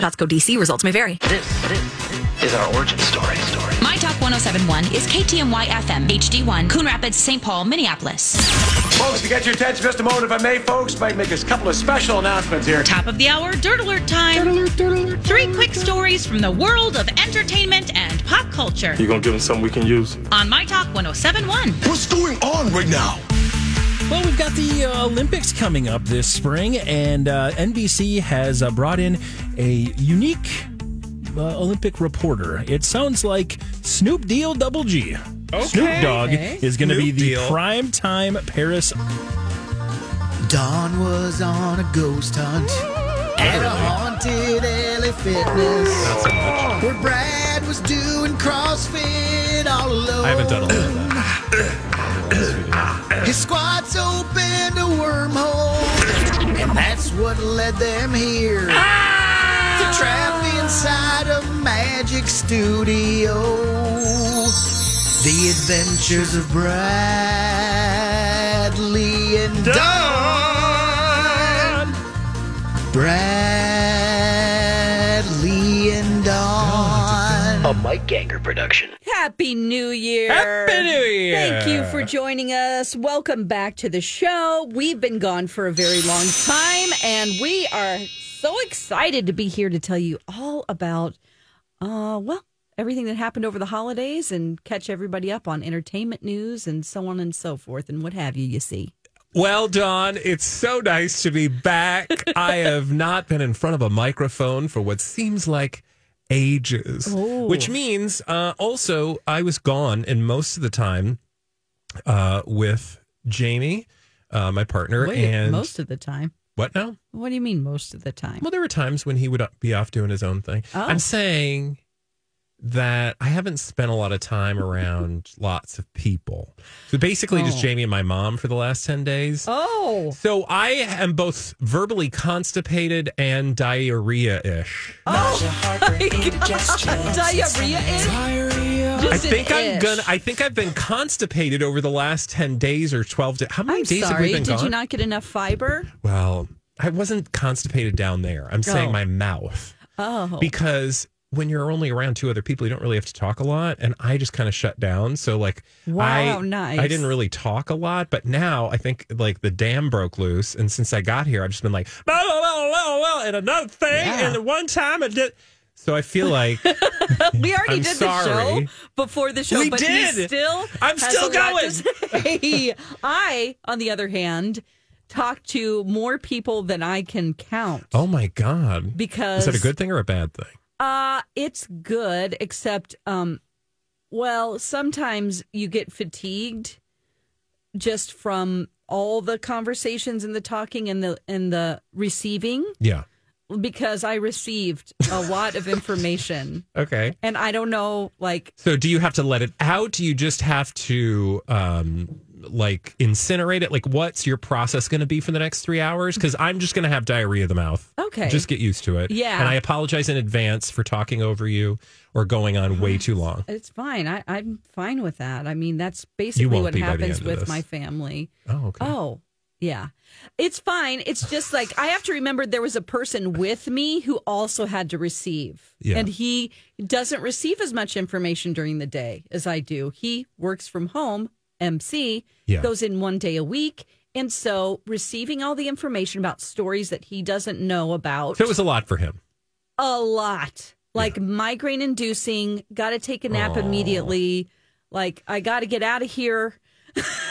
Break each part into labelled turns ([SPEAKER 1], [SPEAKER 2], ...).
[SPEAKER 1] Costco DC. Results may vary.
[SPEAKER 2] This, this is our origin story. story.
[SPEAKER 3] My Talk 1071 is KTMY FM, HD1, Coon Rapids, St. Paul, Minneapolis.
[SPEAKER 4] Folks, to get your attention just a moment, if I may, folks, might make a couple of special announcements here.
[SPEAKER 5] Top of the hour, Dirt Alert time. Three quick stories from the world of entertainment and pop culture
[SPEAKER 6] You gonna give them something we can use?
[SPEAKER 5] on My Talk 1071.
[SPEAKER 7] What's going on right now?
[SPEAKER 8] Well, we've got the uh, Olympics coming up this spring, and uh, NBC has uh, brought in a unique uh, Olympic reporter. It sounds like Snoop Deal Double G. Snoop Dogg is going to be
[SPEAKER 9] Snoop
[SPEAKER 8] the
[SPEAKER 9] Deal.
[SPEAKER 8] prime time Paris.
[SPEAKER 10] Don was on a ghost hunt at a haunted LA Fitness where Brad was doing CrossFit all alone.
[SPEAKER 9] I haven't done a lot of that.
[SPEAKER 10] His squats opened a wormhole, and that's what led them here. To trapped inside a magic studio. The adventures of Bradley and Don. Bradley and Don.
[SPEAKER 2] A Mike Ganger production.
[SPEAKER 11] Happy New Year.
[SPEAKER 8] Happy New Year.
[SPEAKER 11] Thank you for joining us. Welcome back to the show. We've been gone for a very long time, and we are so excited to be here to tell you all about, uh, well, everything that happened over the holidays and catch everybody up on entertainment news and so on and so forth and what have you, you see.
[SPEAKER 9] Well, Don, it's so nice to be back. I have not been in front of a microphone for what seems like ages, which means uh, also I was gone and most of the time uh, with Jamie, uh, my partner,
[SPEAKER 11] Wait,
[SPEAKER 9] and
[SPEAKER 11] most of the time.
[SPEAKER 9] what now?
[SPEAKER 11] What do you mean most of the time?
[SPEAKER 9] Well, there were times when he would be off doing his own thing.
[SPEAKER 11] Oh.
[SPEAKER 9] I'm saying that I haven't spent a lot of time around lots of people. So basically, just
[SPEAKER 11] Oh.
[SPEAKER 9] Jamie and my mom for the last 10 days.
[SPEAKER 11] Oh,
[SPEAKER 9] So I am both verbally constipated and diarrhea ish.
[SPEAKER 11] Oh diarrhea is.
[SPEAKER 9] I
[SPEAKER 11] Just an
[SPEAKER 9] think I'm
[SPEAKER 11] ish.
[SPEAKER 9] gonna. I think I've been constipated over the last ten days or twelve. days. How many
[SPEAKER 11] I'm
[SPEAKER 9] days
[SPEAKER 11] sorry.
[SPEAKER 9] have we been
[SPEAKER 11] Did
[SPEAKER 9] gone?
[SPEAKER 11] you not get enough fiber?
[SPEAKER 9] well, I wasn't constipated down there. I'm saying
[SPEAKER 11] Oh.
[SPEAKER 9] my mouth
[SPEAKER 11] Oh.
[SPEAKER 9] because when you're only around two other people, you don't really have to talk a lot, and I just kind of shut down. So like,
[SPEAKER 11] Wow,
[SPEAKER 9] I
[SPEAKER 11] nice.
[SPEAKER 9] I didn't really talk a lot, but now I think like the dam broke loose, and since I got here, I've just been like, blah, blah, blah, blah, blah, and another thing,
[SPEAKER 11] Yeah.
[SPEAKER 9] and the one time I did. So I feel like.
[SPEAKER 11] We already
[SPEAKER 9] I'm
[SPEAKER 11] did the
[SPEAKER 9] sorry.
[SPEAKER 11] show before the show,
[SPEAKER 9] We
[SPEAKER 11] but he
[SPEAKER 9] did.
[SPEAKER 11] still.
[SPEAKER 9] I'm
[SPEAKER 11] has
[SPEAKER 9] still
[SPEAKER 11] a lot to say. I, on the other hand, talk to more people than I can count.
[SPEAKER 9] Oh my God.
[SPEAKER 11] because
[SPEAKER 9] Is that a good thing or a bad thing?
[SPEAKER 11] Uh, it's good, except um, well, sometimes you get fatigued just from all the conversations and the talking and the and the receiving
[SPEAKER 9] Yeah.
[SPEAKER 11] because I received a lot of information
[SPEAKER 9] Okay.
[SPEAKER 11] and I don't know like
[SPEAKER 9] So do you have to let it out? Do you just have to um like incinerate it? Like what's your process gonna be for the next three hours? Because I'm just gonna have diarrhea of the mouth.
[SPEAKER 11] Okay.
[SPEAKER 9] Just get used to it.
[SPEAKER 11] Yeah.
[SPEAKER 9] And I apologize in advance for talking over you or going on way too long.
[SPEAKER 11] It's fine. I, I'm fine with that. I mean, that's basically
[SPEAKER 9] won't
[SPEAKER 11] what
[SPEAKER 9] be by the
[SPEAKER 11] happens
[SPEAKER 9] end of
[SPEAKER 11] with
[SPEAKER 9] this.
[SPEAKER 11] my family.
[SPEAKER 9] Oh, okay.
[SPEAKER 11] Oh, yeah. It's fine. It's just like I have to remember there was a person with me who also had to receive.
[SPEAKER 9] Yeah.
[SPEAKER 11] And he doesn't receive as much information during the day as I do. He works from home, MC,
[SPEAKER 9] Yeah.
[SPEAKER 11] goes in one day a week. And so receiving all the information about stories that he doesn't know about
[SPEAKER 9] So it was a lot for him.
[SPEAKER 11] a lot like migraine inducing got to take a nap immediately like i got to get out of here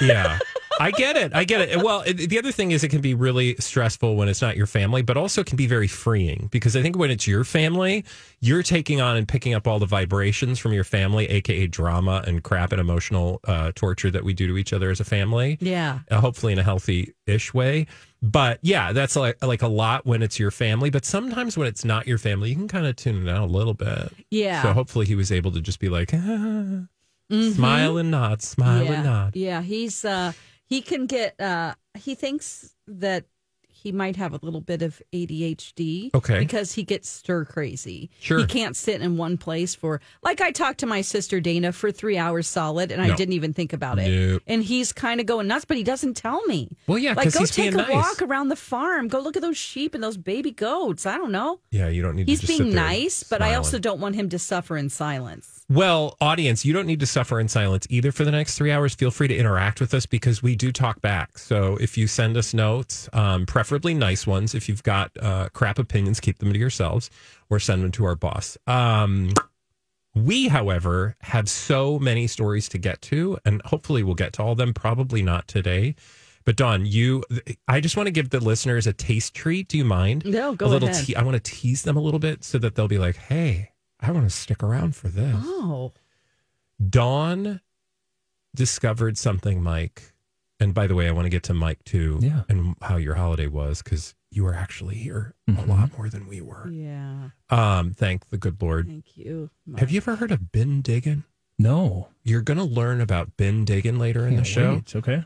[SPEAKER 9] Yeah. I get it. I get it. Well, it, the other thing is, it can be really stressful when it's not your family, but also it can be very freeing because I think when it's your family, you're taking on and picking up all the vibrations from your family, aka drama and crap and emotional uh, torture that we do to each other as a family.
[SPEAKER 11] yeah
[SPEAKER 9] Uh, hopefully in a healthy-ish way. But yeah, that's like like a lot when it's your family. But sometimes when it's not your family, you can kind of tune it out a little bit.
[SPEAKER 11] yeah Mm-hmm.
[SPEAKER 9] So hopefully he was able to just be like, ah, smile and nod, smile
[SPEAKER 11] yeah.
[SPEAKER 9] and nod.
[SPEAKER 11] yeah he's uh he can get uh he thinks that he might have a little bit of ADHD.
[SPEAKER 9] Okay.
[SPEAKER 11] Because he gets stir crazy.
[SPEAKER 9] Sure.
[SPEAKER 11] He can't sit in one place for, like, I talked to my sister Dana for three hours solid and
[SPEAKER 9] No.
[SPEAKER 11] I didn't even think about it.
[SPEAKER 9] Nope.
[SPEAKER 11] And he's kind of going nuts, but he doesn't tell me.
[SPEAKER 9] Well, yeah,
[SPEAKER 11] Like,
[SPEAKER 9] 'cause
[SPEAKER 11] go
[SPEAKER 9] he's
[SPEAKER 11] take
[SPEAKER 9] being
[SPEAKER 11] a
[SPEAKER 9] nice.
[SPEAKER 11] walk around the farm. Go look at those sheep and those baby goats. I don't know.
[SPEAKER 9] Yeah, you don't need
[SPEAKER 11] He's
[SPEAKER 9] to just
[SPEAKER 11] being
[SPEAKER 9] sit there
[SPEAKER 11] nice, but I
[SPEAKER 9] smiling.
[SPEAKER 11] also don't want him to suffer in silence.
[SPEAKER 9] Well, audience, you don't need to suffer in silence either for the next three hours. Feel free to interact with us because we do talk back. So if you send us notes, um, preferably nice ones, if you've got uh, crap opinions, keep them to yourselves or send them to our boss. Um, we, however, have so many stories to get to, and hopefully we'll get to all of them. Probably not today. But Don, you, I just want to give the listeners a taste treat. Do you mind?
[SPEAKER 11] No, Mm, go
[SPEAKER 9] a little
[SPEAKER 11] ahead.
[SPEAKER 9] Te- I want to tease them a little bit so that they'll be like, "Hey, I want to stick around for this."
[SPEAKER 11] Oh.
[SPEAKER 9] Dawn discovered something, Mike. And by the way, I want to get to Mike too
[SPEAKER 8] Yeah.
[SPEAKER 9] and how your holiday was because you were actually here
[SPEAKER 8] Mm-hmm.
[SPEAKER 9] a lot more than we were.
[SPEAKER 11] Yeah.
[SPEAKER 9] Um, thank the good Lord.
[SPEAKER 11] Thank you.
[SPEAKER 9] Have you ever heard of bin digging?
[SPEAKER 8] No.
[SPEAKER 9] You're going to learn about bin digging later in the
[SPEAKER 8] Can't
[SPEAKER 9] show.
[SPEAKER 8] wait. Okay.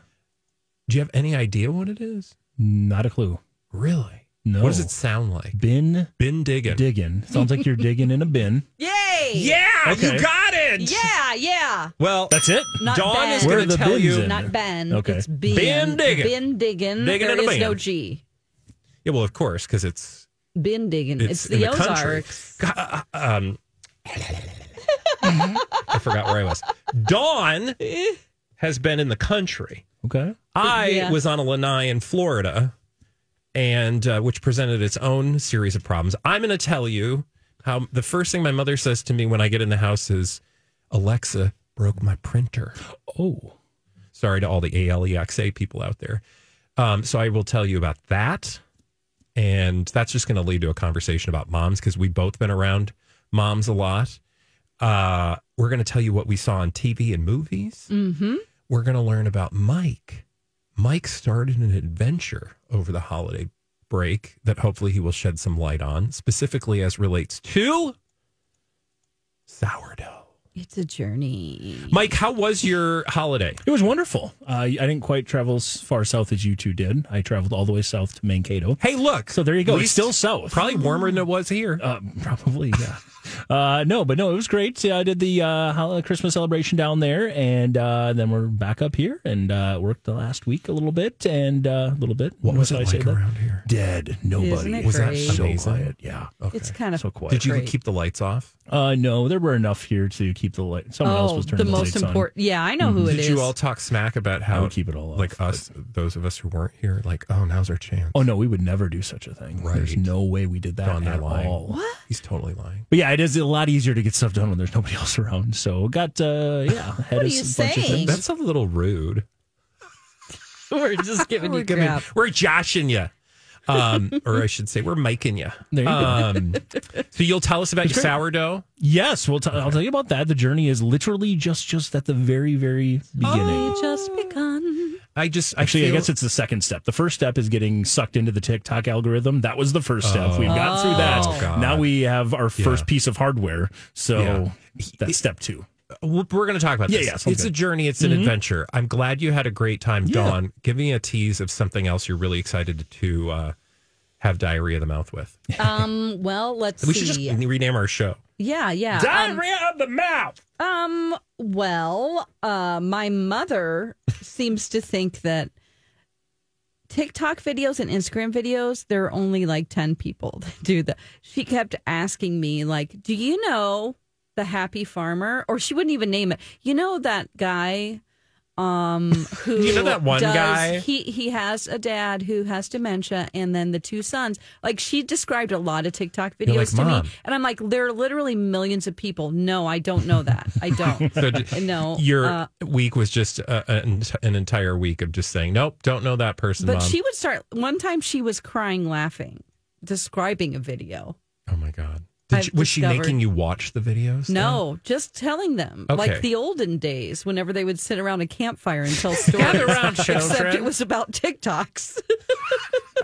[SPEAKER 9] Do you have any idea what it is?
[SPEAKER 8] Not a clue.
[SPEAKER 9] Really?
[SPEAKER 8] No.
[SPEAKER 9] What does it sound like?
[SPEAKER 8] Bin
[SPEAKER 9] Bin digging.
[SPEAKER 8] digging. Sounds like you're digging in a bin.
[SPEAKER 11] Yay!
[SPEAKER 9] yeah,
[SPEAKER 8] Okay.
[SPEAKER 9] you got it.
[SPEAKER 11] Yeah, yeah.
[SPEAKER 9] Well,
[SPEAKER 8] That's it.
[SPEAKER 11] Not
[SPEAKER 9] Dawn
[SPEAKER 11] Ben.
[SPEAKER 9] is
[SPEAKER 8] Where
[SPEAKER 9] going
[SPEAKER 8] are
[SPEAKER 9] to
[SPEAKER 8] the
[SPEAKER 9] tell
[SPEAKER 8] bins
[SPEAKER 9] you.
[SPEAKER 8] in?
[SPEAKER 11] Not Ben.
[SPEAKER 8] Okay.
[SPEAKER 11] It's Ben.
[SPEAKER 9] Ben Diggin.
[SPEAKER 11] Ben
[SPEAKER 9] Diggin
[SPEAKER 11] Diggin. There
[SPEAKER 9] in a
[SPEAKER 11] is no
[SPEAKER 9] bin.
[SPEAKER 11] G.
[SPEAKER 9] Yeah, well, of course, because it's
[SPEAKER 11] Ben Diggin. It's,
[SPEAKER 9] It's
[SPEAKER 11] the,
[SPEAKER 9] in the country.
[SPEAKER 11] Ozarks.
[SPEAKER 9] I forgot where I was. Dawn has been in the country.
[SPEAKER 8] Okay.
[SPEAKER 9] I
[SPEAKER 11] Yeah.
[SPEAKER 9] was on a lanai in Florida, and uh, which presented its own series of problems. I'm going to tell you how the first thing my mother says to me when I get in the house is, "Alexa broke my printer."
[SPEAKER 8] Oh.
[SPEAKER 9] Sorry to all the Alexa people out there. Um, so I will tell you about that, and that's just going to lead to a conversation about moms because we both been around moms a lot. Uh, we're going to tell you what we saw on TV and movies. Mm-hmm. We're going to learn about Mike. Mike started an adventure over the holiday break that hopefully he will shed some light on, specifically as relates to sourdough.
[SPEAKER 11] It's a journey.
[SPEAKER 9] Mike, how was your holiday?
[SPEAKER 8] It was wonderful. Uh, I didn't quite travel as far south as you two did. I traveled all the way south to Mankato.
[SPEAKER 9] Hey, look.
[SPEAKER 8] So there you go.
[SPEAKER 9] At
[SPEAKER 8] It's still south.
[SPEAKER 9] Probably warmer than it was here.
[SPEAKER 8] Uh, probably, yeah. uh, no, but no, it was great. Yeah, I did the uh, hol- Christmas celebration down there, and uh, then we're back up here and uh, worked the last week a little bit and uh, a little bit.
[SPEAKER 9] what was it
[SPEAKER 8] I
[SPEAKER 9] like around here?
[SPEAKER 8] Dead.
[SPEAKER 11] Isn't
[SPEAKER 8] Nobody.
[SPEAKER 11] it Was that great?
[SPEAKER 9] amazing?
[SPEAKER 8] Yeah.
[SPEAKER 11] It's kind of
[SPEAKER 8] So quiet.
[SPEAKER 9] Did you
[SPEAKER 11] Great.
[SPEAKER 9] keep the lights off?
[SPEAKER 8] Uh, no, there were enough here to keep the light. Someone else
[SPEAKER 11] oh,
[SPEAKER 8] was
[SPEAKER 11] the
[SPEAKER 8] turning the,
[SPEAKER 11] most
[SPEAKER 8] lights on.
[SPEAKER 11] important. Yeah, I know who Oh, it
[SPEAKER 9] Mm-hmm. Did
[SPEAKER 11] is.
[SPEAKER 9] you all talk smack about how
[SPEAKER 8] would keep it all off,
[SPEAKER 9] like us, those of us who weren't here, like, oh, now's our chance.
[SPEAKER 8] Oh no, we would never do such a thing. There's
[SPEAKER 9] Right.
[SPEAKER 8] no way we did that
[SPEAKER 9] Don, they're
[SPEAKER 8] at
[SPEAKER 9] lying.
[SPEAKER 8] all.
[SPEAKER 9] He's totally lying.
[SPEAKER 8] But yeah, it is a lot easier to get stuff done when there's nobody else around. So got uh yeah, had
[SPEAKER 11] What are
[SPEAKER 8] us a bunch
[SPEAKER 11] you
[SPEAKER 8] of
[SPEAKER 11] saying?
[SPEAKER 8] things.
[SPEAKER 9] That's a little rude.
[SPEAKER 11] We're just giving you
[SPEAKER 9] I mean,
[SPEAKER 11] Oh, crap.
[SPEAKER 9] we're joshing you. Um, or I should say, we're miking you.
[SPEAKER 8] There you go.
[SPEAKER 9] Um, so you'll tell us about your sourdough.
[SPEAKER 8] Yes, we'll t- I'll tell you about that. The journey is literally just just at the very very beginning.
[SPEAKER 11] Just begun.
[SPEAKER 9] I just
[SPEAKER 8] Actually, I
[SPEAKER 9] feel-
[SPEAKER 8] guess it's the second step. The first step is getting sucked into the TikTok algorithm. That was the first step. We've gotten through that.
[SPEAKER 9] Oh, God.
[SPEAKER 8] now we have our first
[SPEAKER 9] Yeah.
[SPEAKER 8] piece of hardware. So that's step two.
[SPEAKER 9] we're going to talk about
[SPEAKER 8] Yeah,
[SPEAKER 9] this.
[SPEAKER 8] yeah, sounds
[SPEAKER 9] it's a
[SPEAKER 8] good. Mm-hmm.
[SPEAKER 9] journey. It's an adventure. I'm glad you had a great time, Dawn. Give me a tease of something else you're really excited to uh, have diarrhea of the mouth with.
[SPEAKER 11] Um, well, let's
[SPEAKER 9] We
[SPEAKER 11] see.
[SPEAKER 9] should just rename our show.
[SPEAKER 11] yeah, yeah. Um,
[SPEAKER 8] of the mouth.
[SPEAKER 11] Um, well, uh, my mother seems to think that TikTok videos and Instagram videos, there are only like 10 people that do that. She kept asking me, like, do you know the happy farmer? Or she wouldn't even name it. You know that guy um who
[SPEAKER 9] You know that one
[SPEAKER 11] does-
[SPEAKER 9] guy?
[SPEAKER 11] he he has a dad who has dementia and then the two sons like she described a lot of tiktok
[SPEAKER 9] You're like,
[SPEAKER 11] videos to
[SPEAKER 9] "Mom."
[SPEAKER 11] me and i'm like there are literally millions of people no i don't know that i don't
[SPEAKER 9] So
[SPEAKER 11] no
[SPEAKER 9] your
[SPEAKER 11] uh,
[SPEAKER 9] week was just uh, an, an entire week of just saying, nope, don't know that person,
[SPEAKER 11] but
[SPEAKER 9] Mom.
[SPEAKER 11] she would start one time she was crying laughing describing a video
[SPEAKER 9] oh my God. Did
[SPEAKER 11] I've
[SPEAKER 9] you, was she
[SPEAKER 11] discovered-
[SPEAKER 9] making you watch the videos? though?
[SPEAKER 11] no just telling them
[SPEAKER 9] Okay.
[SPEAKER 11] like the olden days whenever they would sit around a campfire and tell stories
[SPEAKER 9] Gather around,
[SPEAKER 11] except it
[SPEAKER 9] children.
[SPEAKER 11] was about tiktoks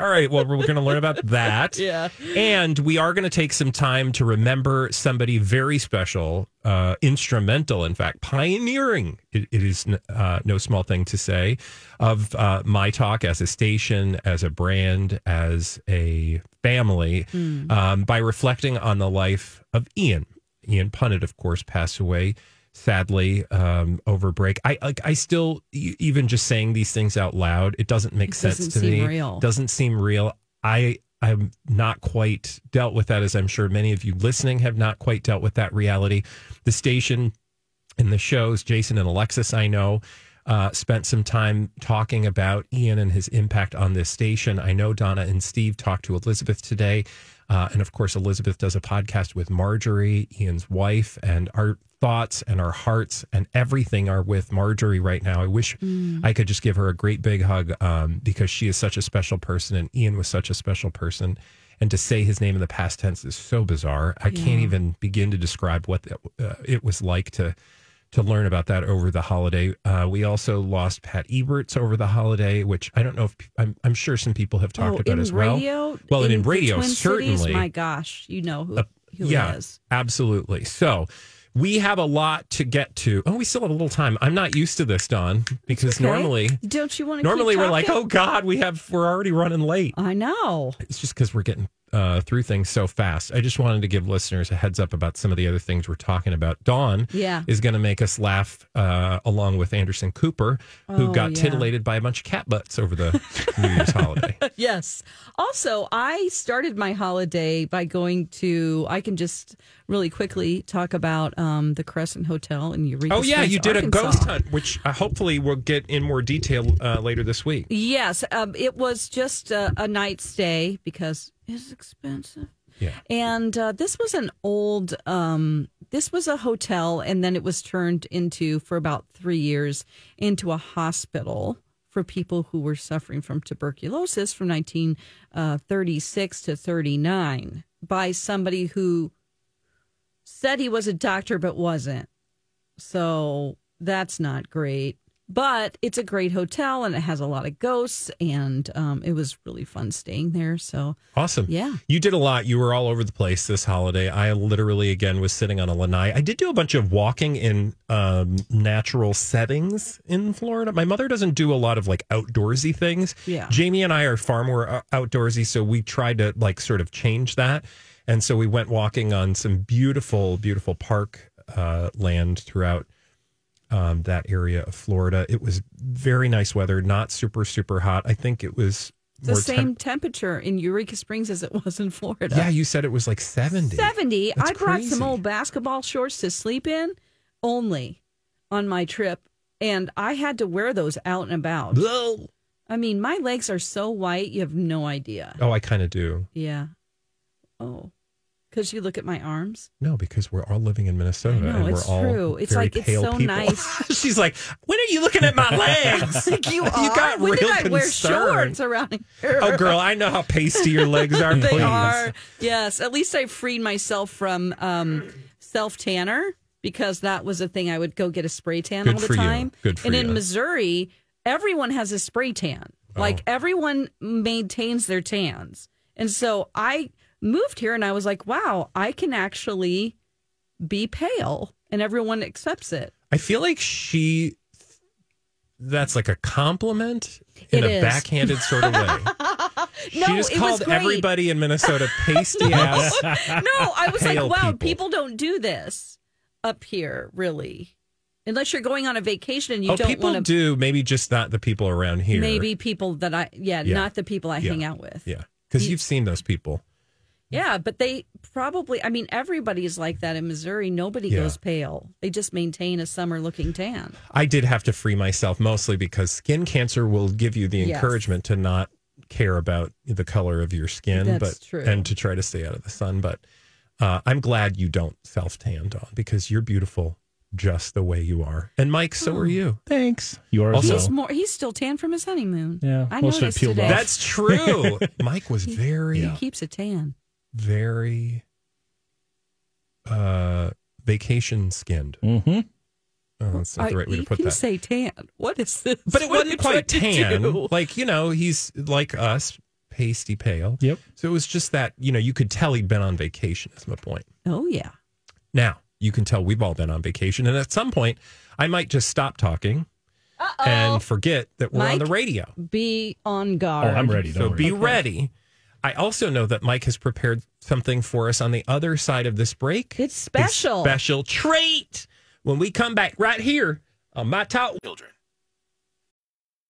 [SPEAKER 9] All right. Well, we're going to learn about that.
[SPEAKER 11] Yeah.
[SPEAKER 9] And we are going to take some time to remember somebody very special uh, instrumental, in fact, pioneering, it, it is uh, no small thing to say, of uh, My Talk as a station, as a brand, as a family,
[SPEAKER 11] Hmm.
[SPEAKER 9] um, by reflecting on the life of Ian. Ian Punnett, of course, passed away sadly um, over break. I like I still e- even just saying these things out loud, it doesn't make
[SPEAKER 11] It
[SPEAKER 9] sense
[SPEAKER 11] doesn't
[SPEAKER 9] to
[SPEAKER 11] seem
[SPEAKER 9] me.
[SPEAKER 11] real.
[SPEAKER 9] Doesn't seem real. I I'm not quite dealt with that, as I'm sure many of you listening have not quite dealt with that reality. The station in the shows, Jason and Alexis, I know, uh, spent some time talking about Ian and his impact on this station. I know Donna and Steve talked to Elizabeth today. Uh, and of course, Elizabeth does a podcast with Marjorie, Ian's wife, and our thoughts and our hearts and everything are with Marjorie right now. I wish I could just give her a great big hug um, because she is such a special person and Ian was such a special person. And to say his name in the past tense is so bizarre. I can't even begin to describe what that, uh, it was like to to learn about that over the holiday. Uh, we also lost Pat Eberts over the holiday, which I don't know if I'm, I'm sure some people have talked
[SPEAKER 11] oh,
[SPEAKER 9] about
[SPEAKER 11] in
[SPEAKER 9] as well.
[SPEAKER 11] radio,
[SPEAKER 9] well, and in
[SPEAKER 11] the
[SPEAKER 9] radio,
[SPEAKER 11] Twin Cities?
[SPEAKER 9] certainly. Uh,
[SPEAKER 11] My gosh, you know who, who
[SPEAKER 9] yeah,
[SPEAKER 11] it is.
[SPEAKER 9] absolutely. So we have a lot to get to. Oh, we still have a little time. I'm not used to this, Don, because
[SPEAKER 11] Okay?
[SPEAKER 9] normally,
[SPEAKER 11] don't you want to?
[SPEAKER 9] normally we're like, oh God, we have we're already running late.
[SPEAKER 11] I know.
[SPEAKER 9] It's just because we're getting uh, through things so fast. I just wanted to give listeners a heads up about some of the other things we're talking about. Dawn
[SPEAKER 11] Yeah.
[SPEAKER 9] is going to make us laugh uh, along with Anderson Cooper, who
[SPEAKER 11] Oh,
[SPEAKER 9] got
[SPEAKER 11] yeah.
[SPEAKER 9] titillated by a bunch of cat butts over the New Year's holiday.
[SPEAKER 11] Yes. Also, I started my holiday by going to. I can just really quickly talk about um, the Crescent Hotel in Eureka.
[SPEAKER 9] Oh, yeah,
[SPEAKER 11] Springs,
[SPEAKER 9] you did
[SPEAKER 11] Arkansas.
[SPEAKER 9] a ghost hunt, which uh, hopefully we'll get in more detail uh, later this week.
[SPEAKER 11] Yes, um, it was just a, a night stay because it's expensive.
[SPEAKER 9] Yeah.
[SPEAKER 11] And uh, this was an old. Um, this was a hotel, and then it was turned into for about three years into a hospital for people who were suffering from tuberculosis from 1936 to 39 by somebody who said he was a doctor but wasn't. So that's not great. But it's a great hotel and it has a lot of ghosts, and um, it was really fun staying there. So
[SPEAKER 9] Awesome.
[SPEAKER 11] Yeah.
[SPEAKER 9] You did a lot. You were all over the place this holiday. I literally, again, was sitting on a lanai. I did do a bunch of walking in um, natural settings in Florida. My mother doesn't do a lot of like outdoorsy things.
[SPEAKER 11] Yeah.
[SPEAKER 9] Jamie and I are far more o- outdoorsy. So we tried to like sort of change that. And so we went walking on some beautiful, beautiful park uh, land throughout um, that area of Florida. It was very nice weather, not super, super hot. I think it was.
[SPEAKER 11] the
[SPEAKER 9] more temp-
[SPEAKER 11] same temperature in Eureka Springs as it was in Florida.
[SPEAKER 9] yeah, you said it was like 70.
[SPEAKER 11] 70.
[SPEAKER 9] That's
[SPEAKER 11] I brought
[SPEAKER 9] crazy.
[SPEAKER 11] some old basketball shorts to sleep in only on my trip, and I had to wear those out and about.
[SPEAKER 9] Whoa.
[SPEAKER 11] I mean, my legs are so white, you have no idea.
[SPEAKER 9] Oh, I kind of do.
[SPEAKER 11] Yeah. Oh, because you look at my arms.
[SPEAKER 9] No, because we're all living in Minnesota
[SPEAKER 11] I know,
[SPEAKER 9] and we're
[SPEAKER 11] it's
[SPEAKER 9] all
[SPEAKER 11] true. It's
[SPEAKER 9] very
[SPEAKER 11] like, it's
[SPEAKER 9] pale
[SPEAKER 11] so
[SPEAKER 9] people.
[SPEAKER 11] nice.
[SPEAKER 9] She's like, when are you looking at my legs? you, got
[SPEAKER 11] when
[SPEAKER 9] real
[SPEAKER 11] did I wear
[SPEAKER 9] concerned.
[SPEAKER 11] shorts around here?
[SPEAKER 9] Oh, girl, I know how pasty your legs are.
[SPEAKER 11] they
[SPEAKER 9] please.
[SPEAKER 11] are. Yes, at least I freed myself from um, self tanner because that was a thing I would go get a spray tan
[SPEAKER 9] Good
[SPEAKER 11] all the
[SPEAKER 9] for you.
[SPEAKER 11] time.
[SPEAKER 9] Good for
[SPEAKER 11] and in
[SPEAKER 9] you. Oh.
[SPEAKER 11] Missouri, everyone has a spray tan. Like everyone maintains their tans, and so I moved here and I was like, wow, I can actually be pale, and everyone accepts it.
[SPEAKER 9] I feel like she. That's like a compliment in
[SPEAKER 11] It
[SPEAKER 9] a
[SPEAKER 11] is.
[SPEAKER 9] backhanded sort of way.
[SPEAKER 11] No,
[SPEAKER 9] she just
[SPEAKER 11] it was
[SPEAKER 9] called
[SPEAKER 11] great.
[SPEAKER 9] everybody in Minnesota pasty ass.
[SPEAKER 11] no, I was like,
[SPEAKER 9] Pale
[SPEAKER 11] wow,
[SPEAKER 9] people.
[SPEAKER 11] people. don't do this up here, really. Unless you're going on a vacation and you
[SPEAKER 9] oh,
[SPEAKER 11] don't
[SPEAKER 9] people
[SPEAKER 11] want to.
[SPEAKER 9] do. Maybe just not the people around here.
[SPEAKER 11] Maybe people that I, yeah,
[SPEAKER 9] Yeah.
[SPEAKER 11] not the people I
[SPEAKER 9] Yeah.
[SPEAKER 11] hang out with.
[SPEAKER 9] Yeah, because you've seen those people.
[SPEAKER 11] Yeah, but they probably, I mean, everybody's like that in Missouri. Nobody
[SPEAKER 9] Yeah.
[SPEAKER 11] goes pale, they just maintain a summer looking tan.
[SPEAKER 9] I did have to free myself mostly because skin cancer will give you the
[SPEAKER 11] Yes.
[SPEAKER 9] encouragement to not care about the color of your skin,
[SPEAKER 11] That's
[SPEAKER 9] but
[SPEAKER 11] true.
[SPEAKER 9] and to try to stay out of the sun. But uh, I'm glad you don't self tan on because you're beautiful just the way you are. And Mike, so
[SPEAKER 11] Hmm.
[SPEAKER 9] are you.
[SPEAKER 8] Thanks. You are
[SPEAKER 9] Also-
[SPEAKER 8] also.
[SPEAKER 11] He's more, he's still tan from his honeymoon.
[SPEAKER 8] Yeah,
[SPEAKER 11] I
[SPEAKER 8] most of it
[SPEAKER 11] noticed
[SPEAKER 8] peeled
[SPEAKER 11] today.
[SPEAKER 8] off.
[SPEAKER 9] That's true. Mike was very,
[SPEAKER 11] He keeps a tan.
[SPEAKER 9] very uh, vacation skinned.
[SPEAKER 8] Mm-hmm.
[SPEAKER 9] Oh, that's not the
[SPEAKER 11] I-
[SPEAKER 9] right way to
[SPEAKER 11] you
[SPEAKER 9] put
[SPEAKER 11] can
[SPEAKER 9] that.
[SPEAKER 11] say tan. What is this?
[SPEAKER 9] but it
[SPEAKER 11] What
[SPEAKER 9] wasn't
[SPEAKER 11] are you
[SPEAKER 9] quite
[SPEAKER 11] trying to
[SPEAKER 9] tan.
[SPEAKER 11] do?
[SPEAKER 9] Like you know, he's like us, pasty pale.
[SPEAKER 8] Yep.
[SPEAKER 9] So it was just that you know you could tell he'd been on vacation. Is my point.
[SPEAKER 11] Oh, yeah.
[SPEAKER 9] Now you can tell we've all been on vacation. And at some point, I might just stop talking and forget that we're on
[SPEAKER 11] Mike?
[SPEAKER 9] the radio.
[SPEAKER 11] Be on guard.
[SPEAKER 8] Oh, I'm ready.
[SPEAKER 9] So
[SPEAKER 8] Don't worry.
[SPEAKER 9] be ready. I also know that Mike has prepared something for us on the other side of this break.
[SPEAKER 11] It's special.
[SPEAKER 9] It's special treat. When we come back right here on my talk.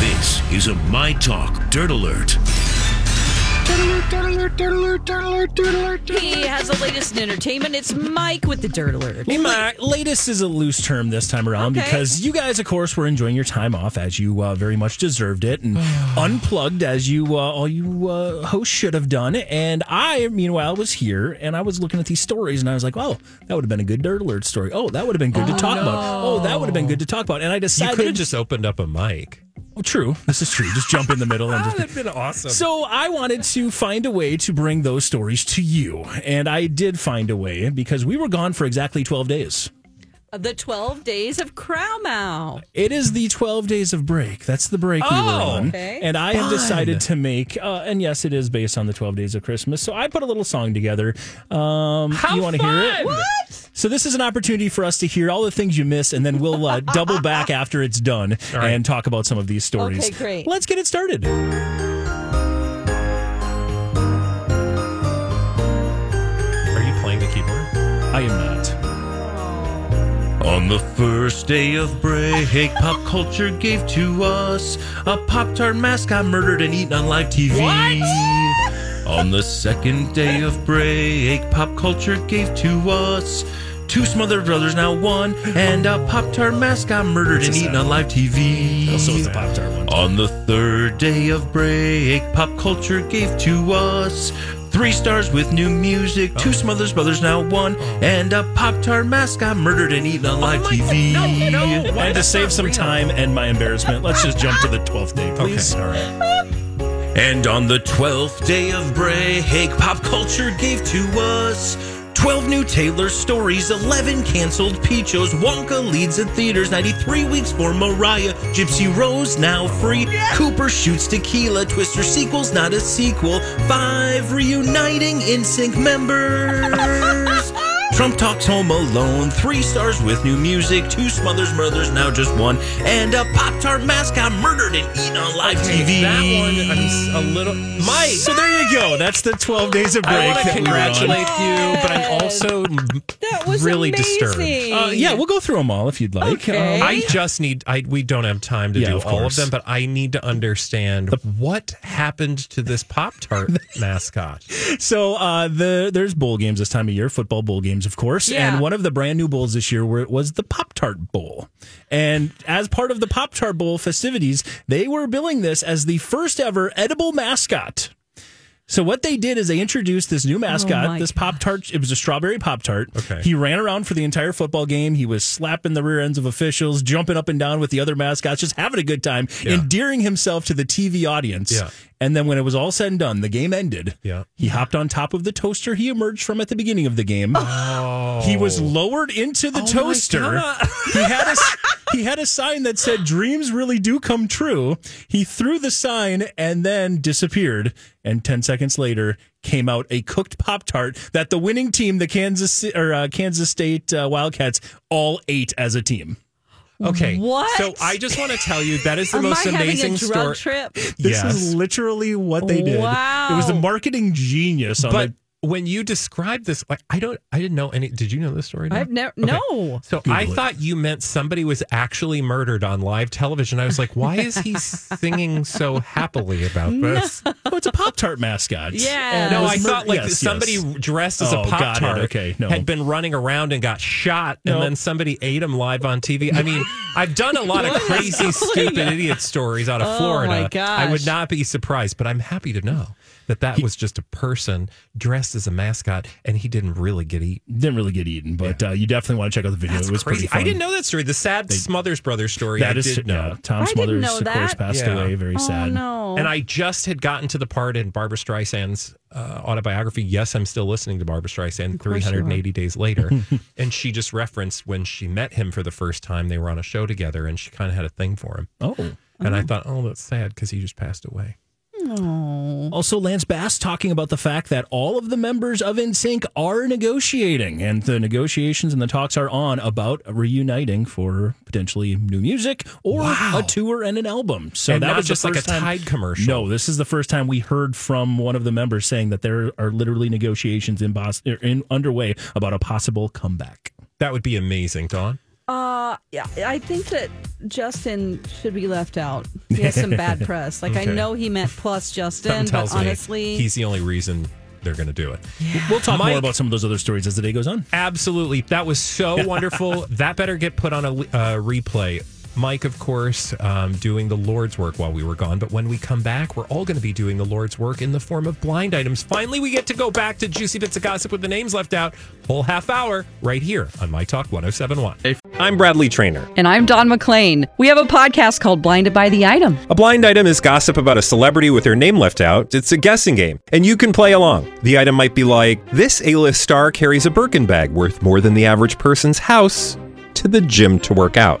[SPEAKER 7] This is a My Talk Dirt Alert.
[SPEAKER 11] He has the latest in entertainment. It's Mike with the Dirt Alert.
[SPEAKER 8] Well, la- latest is a loose term this time around
[SPEAKER 11] Okay.
[SPEAKER 8] because you guys, of course, were enjoying your time off as you uh, very much deserved it and unplugged as you uh, all you uh, hosts should have done. And I, meanwhile, was here and I was looking at these stories and I was like, "Oh, that would have been a good dirt alert story. Oh, that would have been good to talk about. Oh, that would have been good to talk about." And I
[SPEAKER 9] You could
[SPEAKER 8] decided,
[SPEAKER 9] have just opened up a mic.
[SPEAKER 8] oh, true, this is true. Just jump in the middle and Oh, just
[SPEAKER 9] would have been awesome.
[SPEAKER 8] so I wanted to find a way to bring those stories to you, and I did find a way because we were gone for exactly twelve days.
[SPEAKER 11] The 12 Days of Crow Mow.
[SPEAKER 8] It is the 12 days of break. That's the break we
[SPEAKER 9] Oh,
[SPEAKER 8] were on.
[SPEAKER 11] okay.
[SPEAKER 8] And I have
[SPEAKER 9] Fun.
[SPEAKER 8] decided to make, uh, and yes, it is based on the 12 days of Christmas. So I put a little song together. Um,
[SPEAKER 9] How
[SPEAKER 8] you want to hear it?
[SPEAKER 9] fun! What?
[SPEAKER 8] So this is an opportunity for us to hear all the things you missed, and then we'll uh, double back after it's done
[SPEAKER 9] right.
[SPEAKER 8] and talk about some of these stories.
[SPEAKER 11] Okay, great.
[SPEAKER 8] Let's get it started.
[SPEAKER 9] Are you playing the keyboard?
[SPEAKER 8] I am not.
[SPEAKER 7] Oh. On the first day of break, pop culture gave to us a Pop Tart mascot murdered and eaten on live TV. on the second day of break, pop culture gave to us two smothered brothers, now one, and a Pop Tart mascot murdered and eaten on live TV.
[SPEAKER 8] Also, it's the Pop Tart one.
[SPEAKER 7] On the third day of break, pop culture gave to us three stars with new music,
[SPEAKER 8] Oh.
[SPEAKER 7] two Smothers Brothers now one, and a Pop Tart mascot murdered and eaten
[SPEAKER 8] Oh
[SPEAKER 7] on live TV.
[SPEAKER 8] and to save some time and my embarrassment, let's just jump to the 12th day, please.
[SPEAKER 9] Okay, all right.
[SPEAKER 7] And on the twelfth day of break, pop culture gave to us. 12 new Taylor stories, 11 canceled Peachos, Wonka leads in theaters, 93 weeks for Mariah, Gypsy Rose now free, Cooper shoots tequila, Twister sequels not a sequel, 5 reuniting NSYNC members. Trump talks home alone, 3 stars with new music, 2 Smothers Brothers now just one, and a Pop Tart mascot murdered and eaten on live TV.
[SPEAKER 9] That one, I'm s- a little. Mike!
[SPEAKER 8] So there you go. That's the 12 days of break.
[SPEAKER 9] I want to
[SPEAKER 8] that we were on.
[SPEAKER 9] congratulate you, but I'm also
[SPEAKER 11] That was
[SPEAKER 9] really
[SPEAKER 11] amazing.
[SPEAKER 9] disturbed.
[SPEAKER 8] Uh, yeah, we'll go through them all if you'd like. Um,
[SPEAKER 11] Okay.
[SPEAKER 9] I just need. I we don't have time to
[SPEAKER 8] Yeah,
[SPEAKER 9] do
[SPEAKER 8] of
[SPEAKER 9] all
[SPEAKER 8] course.
[SPEAKER 9] of them, but I need to understand what happened to this Pop Tart mascot.
[SPEAKER 11] Oh
[SPEAKER 8] So uh, the there's bowl games this time of year, football bowl games, of course.
[SPEAKER 11] Yeah.
[SPEAKER 8] And one of the brand new bowls this year were, was the Pop Tart Bowl. And as part of the Pop Tart Bowl festivities, they were billing this as the first ever edible mascot. So what they did is they introduced this new mascot,
[SPEAKER 11] Oh my
[SPEAKER 8] this Pop Tart. It was a strawberry Pop Tart.
[SPEAKER 9] Okay.
[SPEAKER 8] He ran around for the entire football game. He was slapping the rear ends of officials, jumping up and down with the other mascots, just having a good time,
[SPEAKER 9] Yeah.
[SPEAKER 8] endearing himself to the TV audience.
[SPEAKER 9] Yeah.
[SPEAKER 8] And then when it was all said and done, the game ended.
[SPEAKER 9] Yeah.
[SPEAKER 8] He hopped on top of the toaster he emerged from at the beginning of the game.
[SPEAKER 9] Oh,
[SPEAKER 8] He was lowered into the
[SPEAKER 9] my
[SPEAKER 8] toaster.
[SPEAKER 9] God.
[SPEAKER 8] He had a s- he had a sign that said "Dreams really do come true." He threw the sign and then disappeared. And ten seconds later, came out a cooked pop tart that the winning team, the Kansas Ci- or uh, Kansas State uh, Wildcats, all ate as a team.
[SPEAKER 9] okay.
[SPEAKER 11] What?
[SPEAKER 9] So I just want to tell you that is the
[SPEAKER 11] Am I
[SPEAKER 9] most
[SPEAKER 11] having
[SPEAKER 9] amazing
[SPEAKER 11] a drug
[SPEAKER 9] story.
[SPEAKER 11] trip?
[SPEAKER 8] This
[SPEAKER 9] Yes.
[SPEAKER 8] is literally what they did. It was the
[SPEAKER 11] Wow.
[SPEAKER 8] marketing genius on
[SPEAKER 9] But
[SPEAKER 8] the
[SPEAKER 9] when you described this, like I don't, I didn't know any. Did you know this story? Deb?
[SPEAKER 11] I've never
[SPEAKER 9] Okay.
[SPEAKER 11] no.
[SPEAKER 9] So I thought you meant somebody was actually murdered on live television. I was like, why is he singing so happily about this?
[SPEAKER 8] Oh, it's a Pop Tart mascot.
[SPEAKER 11] Yeah.
[SPEAKER 9] No,
[SPEAKER 8] It was
[SPEAKER 9] I
[SPEAKER 8] mur-
[SPEAKER 9] thought like
[SPEAKER 8] yes, yes.
[SPEAKER 9] somebody dressed as
[SPEAKER 8] Oh,
[SPEAKER 9] a
[SPEAKER 8] got it.
[SPEAKER 9] pop tart
[SPEAKER 8] Okay, no.
[SPEAKER 9] had been running around and got shot,
[SPEAKER 8] No.
[SPEAKER 9] and then somebody ate him live on TV. I mean, I've done a lot of
[SPEAKER 11] What is
[SPEAKER 9] crazy,
[SPEAKER 11] going
[SPEAKER 9] stupid,
[SPEAKER 11] on?
[SPEAKER 9] idiot stories out of
[SPEAKER 11] Oh,
[SPEAKER 9] Florida.
[SPEAKER 11] my
[SPEAKER 9] I would
[SPEAKER 11] gosh.
[SPEAKER 9] not be surprised, but I'm happy to know that that was just a person dressed as a mascot, and he didn't really get eaten.
[SPEAKER 8] Didn't really get eaten, but uh, you definitely want to check out the video.
[SPEAKER 9] That's
[SPEAKER 8] it was
[SPEAKER 9] crazy.
[SPEAKER 8] pretty fun.
[SPEAKER 9] I didn't know that story. The sad Smothers Brothers story.
[SPEAKER 8] That
[SPEAKER 9] I
[SPEAKER 8] is
[SPEAKER 9] did
[SPEAKER 8] yeah,
[SPEAKER 9] know.
[SPEAKER 8] Tom
[SPEAKER 11] I didn't
[SPEAKER 8] Smothers,
[SPEAKER 11] know
[SPEAKER 8] of course,
[SPEAKER 11] that.
[SPEAKER 8] passed
[SPEAKER 9] Yeah.
[SPEAKER 8] away. Very
[SPEAKER 11] Oh
[SPEAKER 8] sad.
[SPEAKER 11] no.
[SPEAKER 9] And I just had gotten to the part in Barbara Streisand's uh, autobiography. Yes, I'm still listening to Barbara Streisand 380 days later. and she just referenced when she met him for the first time, they were on a show together and she kind of had a thing for him.
[SPEAKER 8] Oh.
[SPEAKER 9] And I thought, oh, that's sad because he just passed away.
[SPEAKER 8] Also, Lance Bass talking about the fact that all of the members of NSYNC are negotiating, and the negotiations and the talks are on about reuniting for potentially new music or
[SPEAKER 9] Wow.
[SPEAKER 8] a tour and an album. So
[SPEAKER 9] And
[SPEAKER 8] that
[SPEAKER 9] not
[SPEAKER 8] was the
[SPEAKER 9] just like a
[SPEAKER 8] first time-
[SPEAKER 9] Tide commercial.
[SPEAKER 8] No, this is the first time we heard from one of the members saying that there are literally negotiations in Boston in underway about a possible comeback.
[SPEAKER 9] That would be amazing, Dawn.
[SPEAKER 11] Uh, yeah, I think that Justin should be left out. He has some bad press. Like I
[SPEAKER 9] Okay.
[SPEAKER 11] know he meant plus Justin,
[SPEAKER 9] Something
[SPEAKER 11] but
[SPEAKER 9] tells me
[SPEAKER 11] honestly,
[SPEAKER 9] he's the only reason they're going to do it.
[SPEAKER 8] We'll talk
[SPEAKER 9] Mike-
[SPEAKER 8] more about some of those other stories as the day goes on.
[SPEAKER 9] Absolutely. That was so wonderful. that better get put on a uh, replay. Mike, of course, um, doing the Lord's work while we were gone. But when we come back, we're all going to be doing the Lord's work in the form of blind items. Finally, we get to go back to juicy bits of gossip with the names left out. Whole half hour right here on My Talk 1071. I'm Bradley Trainer.
[SPEAKER 11] and I'm Don McClain. We have a podcast called Blinded by the Item.
[SPEAKER 9] A blind item is gossip about a celebrity with their name left out. It's a guessing game, and you can play along. The item might be like this A list star carries a Birkin bag worth more than the average person's house to the gym to work out.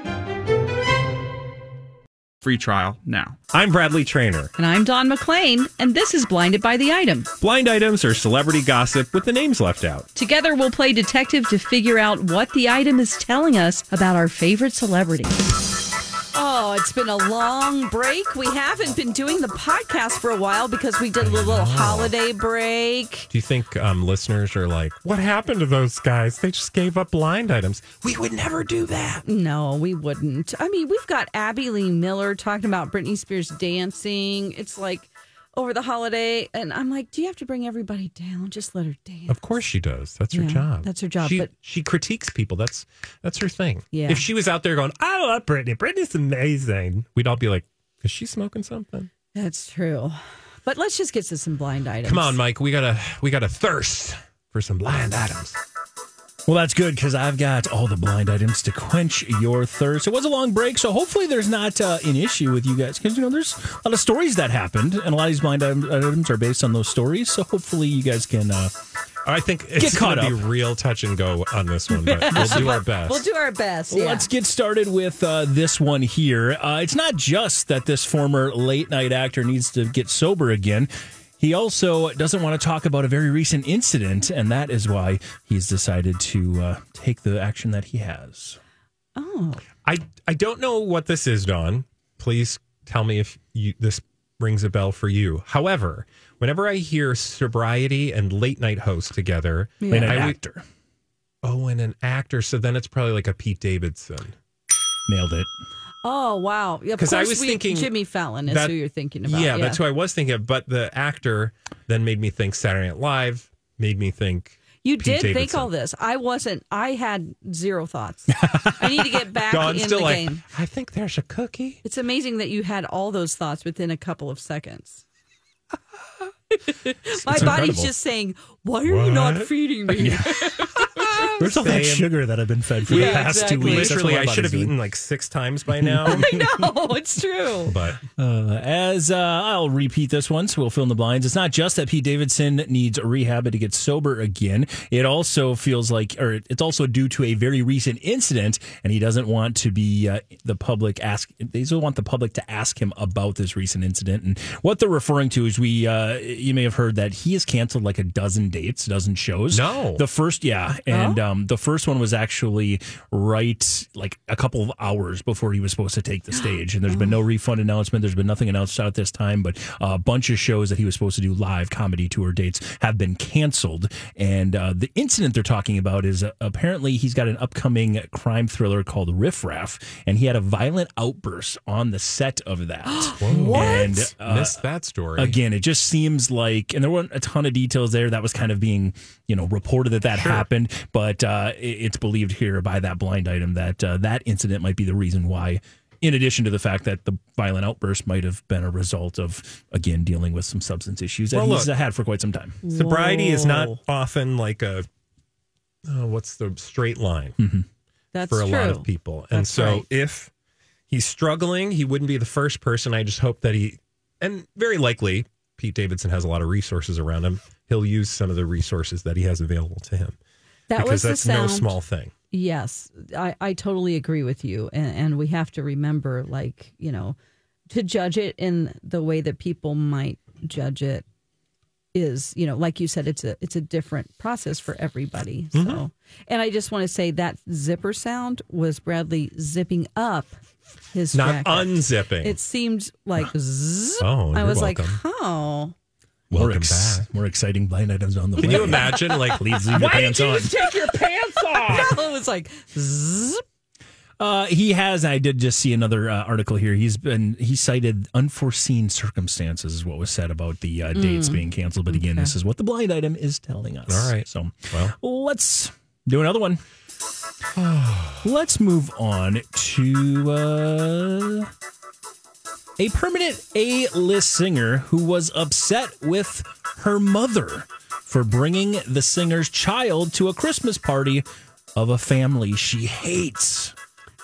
[SPEAKER 12] Free trial now.
[SPEAKER 9] I'm Bradley Trainer.
[SPEAKER 11] And I'm Don McClain, and this is Blinded by the Item.
[SPEAKER 9] Blind items are celebrity gossip with the names left out.
[SPEAKER 11] Together, we'll play detective to figure out what the item is telling us about our favorite celebrity. Oh, it's been a long break. We haven't been doing the podcast for a while because we did a little holiday break.
[SPEAKER 9] Do you think um, listeners are like, what happened to those guys? They just gave up blind items. We would never do that.
[SPEAKER 11] No, we wouldn't. I mean, we've got Abby Lee Miller talking about Britney Spears dancing. It's like over the holiday. And I'm like, do you have to bring everybody down? Just let her dance.
[SPEAKER 9] Of course she does. That's her
[SPEAKER 11] Yeah,
[SPEAKER 9] job.
[SPEAKER 11] that's her job,
[SPEAKER 9] She,
[SPEAKER 11] but-
[SPEAKER 9] she critiques people. That's that's her thing.
[SPEAKER 11] Yeah.
[SPEAKER 9] If she was out there going, I love Britney. Britney's amazing. We'd all be like, is she smoking something?
[SPEAKER 11] That's true. But let's just get to some blind items.
[SPEAKER 9] Come on, Mike. We gotta we gotta thirst for some blind items.
[SPEAKER 8] Well, that's good because I've got all the blind items to quench your thirst. It was a long break, so hopefully there's not uh, an issue with you guys because you know there's a lot of stories that happened, and a lot of these blind item- items are based on those stories. So hopefully you guys can. Uh,
[SPEAKER 9] I think it's
[SPEAKER 8] caught
[SPEAKER 9] gonna be
[SPEAKER 8] up.
[SPEAKER 9] real touch and go on this one, but we'll do our best.
[SPEAKER 11] We'll do our best. Yeah.
[SPEAKER 8] Let's get started with uh, this one here. Uh, it's not just that this former late night actor needs to get sober again. He also doesn't want to talk about a very recent incident, and that is why he's decided to uh, take the action that he has.
[SPEAKER 11] oh,
[SPEAKER 9] I I don't know what this is, Don. Please tell me if you this rings a bell for you. However, whenever I hear sobriety and late night host together,
[SPEAKER 11] Yeah.
[SPEAKER 8] Late night
[SPEAKER 9] I would-
[SPEAKER 8] actor.
[SPEAKER 9] oh, and an actor. So then it's probably like a Pete Davidson.
[SPEAKER 8] Nailed it.
[SPEAKER 11] oh, wow. Of
[SPEAKER 9] 'Cause
[SPEAKER 11] course,
[SPEAKER 9] I was
[SPEAKER 11] we,
[SPEAKER 9] thinking
[SPEAKER 11] Jimmy Fallon is
[SPEAKER 9] that-
[SPEAKER 11] who you're thinking about.
[SPEAKER 9] yeah, that's who I was thinking of. But the actor then made me think Saturday Night Live, made me think.
[SPEAKER 11] you
[SPEAKER 9] Pete
[SPEAKER 11] did think
[SPEAKER 9] Davidson.
[SPEAKER 11] all this. I wasn't. I had zero thoughts. I need to get back
[SPEAKER 9] Dawn's
[SPEAKER 11] in
[SPEAKER 9] still
[SPEAKER 11] the
[SPEAKER 9] like,
[SPEAKER 11] game.
[SPEAKER 9] I think there's a cookie.
[SPEAKER 11] It's amazing that you had all those thoughts within a couple of seconds. My body's
[SPEAKER 9] incredible.
[SPEAKER 11] just saying, "Why are you not
[SPEAKER 9] What?
[SPEAKER 11] feeding me?"
[SPEAKER 12] Where's all that
[SPEAKER 9] Same.
[SPEAKER 12] sugar that I've been fed for the past two weeks? That's what
[SPEAKER 9] Literally,
[SPEAKER 12] my
[SPEAKER 9] I should
[SPEAKER 12] body's
[SPEAKER 9] have eaten
[SPEAKER 12] doing.
[SPEAKER 9] like six times by now.
[SPEAKER 11] No, it's true.
[SPEAKER 9] but
[SPEAKER 8] Uh, as uh, I'll repeat this one, so we'll fill in the blinds. It's not just that Pete Davidson needs rehab to get sober again. It also feels like, or it's also due to a very recent incident, and he doesn't want to be uh, the public ask. They still want the public to ask him about this recent incident, and what they're referring to is we. Uh, you may have heard that he has canceled like a dozen dates, dozen shows.
[SPEAKER 9] No.
[SPEAKER 8] the first, yeah, and um, the first one was actually right like a couple of hours before he was supposed to take the stage, and there's been no refund announcement. There's been nothing announced out this time, but a bunch of shows that he was supposed to do live comedy tour dates have been canceled. And uh, the incident they're talking about is uh, apparently he's got an upcoming crime thriller called Riff Raff, and he had a violent outburst on the set of that.
[SPEAKER 9] What?
[SPEAKER 8] And, uh,
[SPEAKER 9] missed that story
[SPEAKER 8] Again, it just seems like, and there weren't a ton of details there. That was kind of being, you know, reported that that happened, but uh, it- it's believed here by that blind item that uh, that incident might be the reason why. In addition to the fact that the violent outburst might have been a result of, again, dealing with some substance issues that
[SPEAKER 9] Well,
[SPEAKER 8] he's
[SPEAKER 9] look.
[SPEAKER 8] had for quite some time.
[SPEAKER 9] Sobriety is not often like a uh, what's the straight line
[SPEAKER 11] That's
[SPEAKER 9] for a
[SPEAKER 11] true.
[SPEAKER 9] lot of people. And
[SPEAKER 11] That's
[SPEAKER 9] so
[SPEAKER 11] right.
[SPEAKER 9] if he's struggling, he wouldn't be the first person. I just hope that he, and very likely Pete Davidson has a lot of resources around him. He'll use some of the resources that he has available to him.
[SPEAKER 11] That
[SPEAKER 9] because
[SPEAKER 11] was the
[SPEAKER 9] that's no
[SPEAKER 11] sound.
[SPEAKER 9] small thing.
[SPEAKER 11] Yes, I, I totally agree with you. And, and we have to remember, like, you know, to judge it in the way that people might judge it is, you know, like you said, it's a it's a different process for everybody. So
[SPEAKER 9] Mm-hmm.
[SPEAKER 11] and I just want to say that zipper sound was Bradley zipping up his
[SPEAKER 9] Not
[SPEAKER 11] jacket.
[SPEAKER 9] unzipping.
[SPEAKER 11] It seemed like zzz.
[SPEAKER 9] Oh,
[SPEAKER 11] I
[SPEAKER 9] you're
[SPEAKER 11] was
[SPEAKER 9] welcome.
[SPEAKER 11] like, oh.
[SPEAKER 8] More,
[SPEAKER 9] Welcome
[SPEAKER 8] ex-
[SPEAKER 9] back.
[SPEAKER 8] more exciting blind items on the
[SPEAKER 9] Can
[SPEAKER 8] way.
[SPEAKER 9] you imagine? Like,
[SPEAKER 8] Please leave your pants on.
[SPEAKER 11] take your pants
[SPEAKER 9] Ah!
[SPEAKER 11] off? no, it was like zzz.
[SPEAKER 8] Uh, he has. I did just see another uh, article here. He's been he cited unforeseen circumstances is what was said about the
[SPEAKER 9] Hmm.
[SPEAKER 8] uh, dates being canceled. But again, this is what the blind item is telling us.
[SPEAKER 9] All right.
[SPEAKER 8] So
[SPEAKER 9] well,
[SPEAKER 8] let's do another one. let's move on to uh, a permanent A-list singer who was upset with her mother for bringing the singer's child to a Christmas party of a family she hates.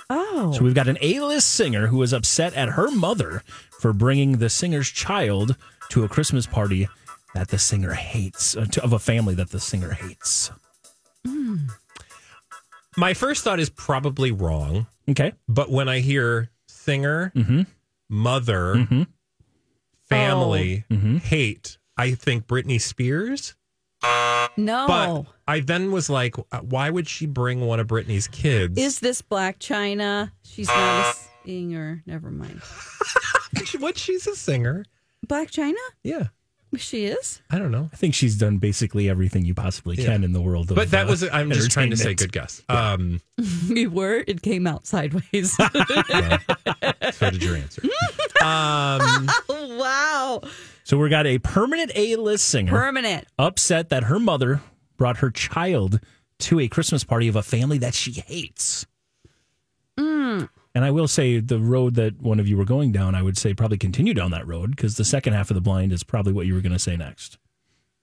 [SPEAKER 11] Oh.
[SPEAKER 8] So we've got an A-list singer who is upset at her mother for bringing the singer's child to a Christmas party that the singer hates, uh, to, of a family that the singer hates.
[SPEAKER 9] my first thought is probably wrong.
[SPEAKER 8] Okay.
[SPEAKER 9] But when I hear singer,
[SPEAKER 11] Mm-hmm.
[SPEAKER 9] mother,
[SPEAKER 11] Oh.
[SPEAKER 9] family,
[SPEAKER 11] Mm-hmm.
[SPEAKER 9] hate, I think Britney Spears.
[SPEAKER 11] No.
[SPEAKER 9] But I then was like, "Uh, why would she bring one of Britney's kids?
[SPEAKER 11] Is this Black China? She's not a singer. Never mind.
[SPEAKER 9] what? She's a singer.
[SPEAKER 11] Black China?
[SPEAKER 9] Yeah.
[SPEAKER 11] She is?
[SPEAKER 9] I don't know.
[SPEAKER 8] I think she's done basically everything you possibly
[SPEAKER 9] Yeah.
[SPEAKER 8] can in the world. Of,
[SPEAKER 9] But that
[SPEAKER 8] uh,
[SPEAKER 9] was, I'm just trying to say
[SPEAKER 8] entertainment.
[SPEAKER 9] good guess. Um,
[SPEAKER 11] You were? It came out sideways.
[SPEAKER 9] so did your answer.
[SPEAKER 11] wow.
[SPEAKER 8] So we got a permanent A-list singer
[SPEAKER 11] Permanent.
[SPEAKER 8] upset that her mother brought her child to a Christmas party of a family that she hates. And I will say the road that one of you were going down, I would say probably continue down that road because the second half of the blind is probably what you were going to say next.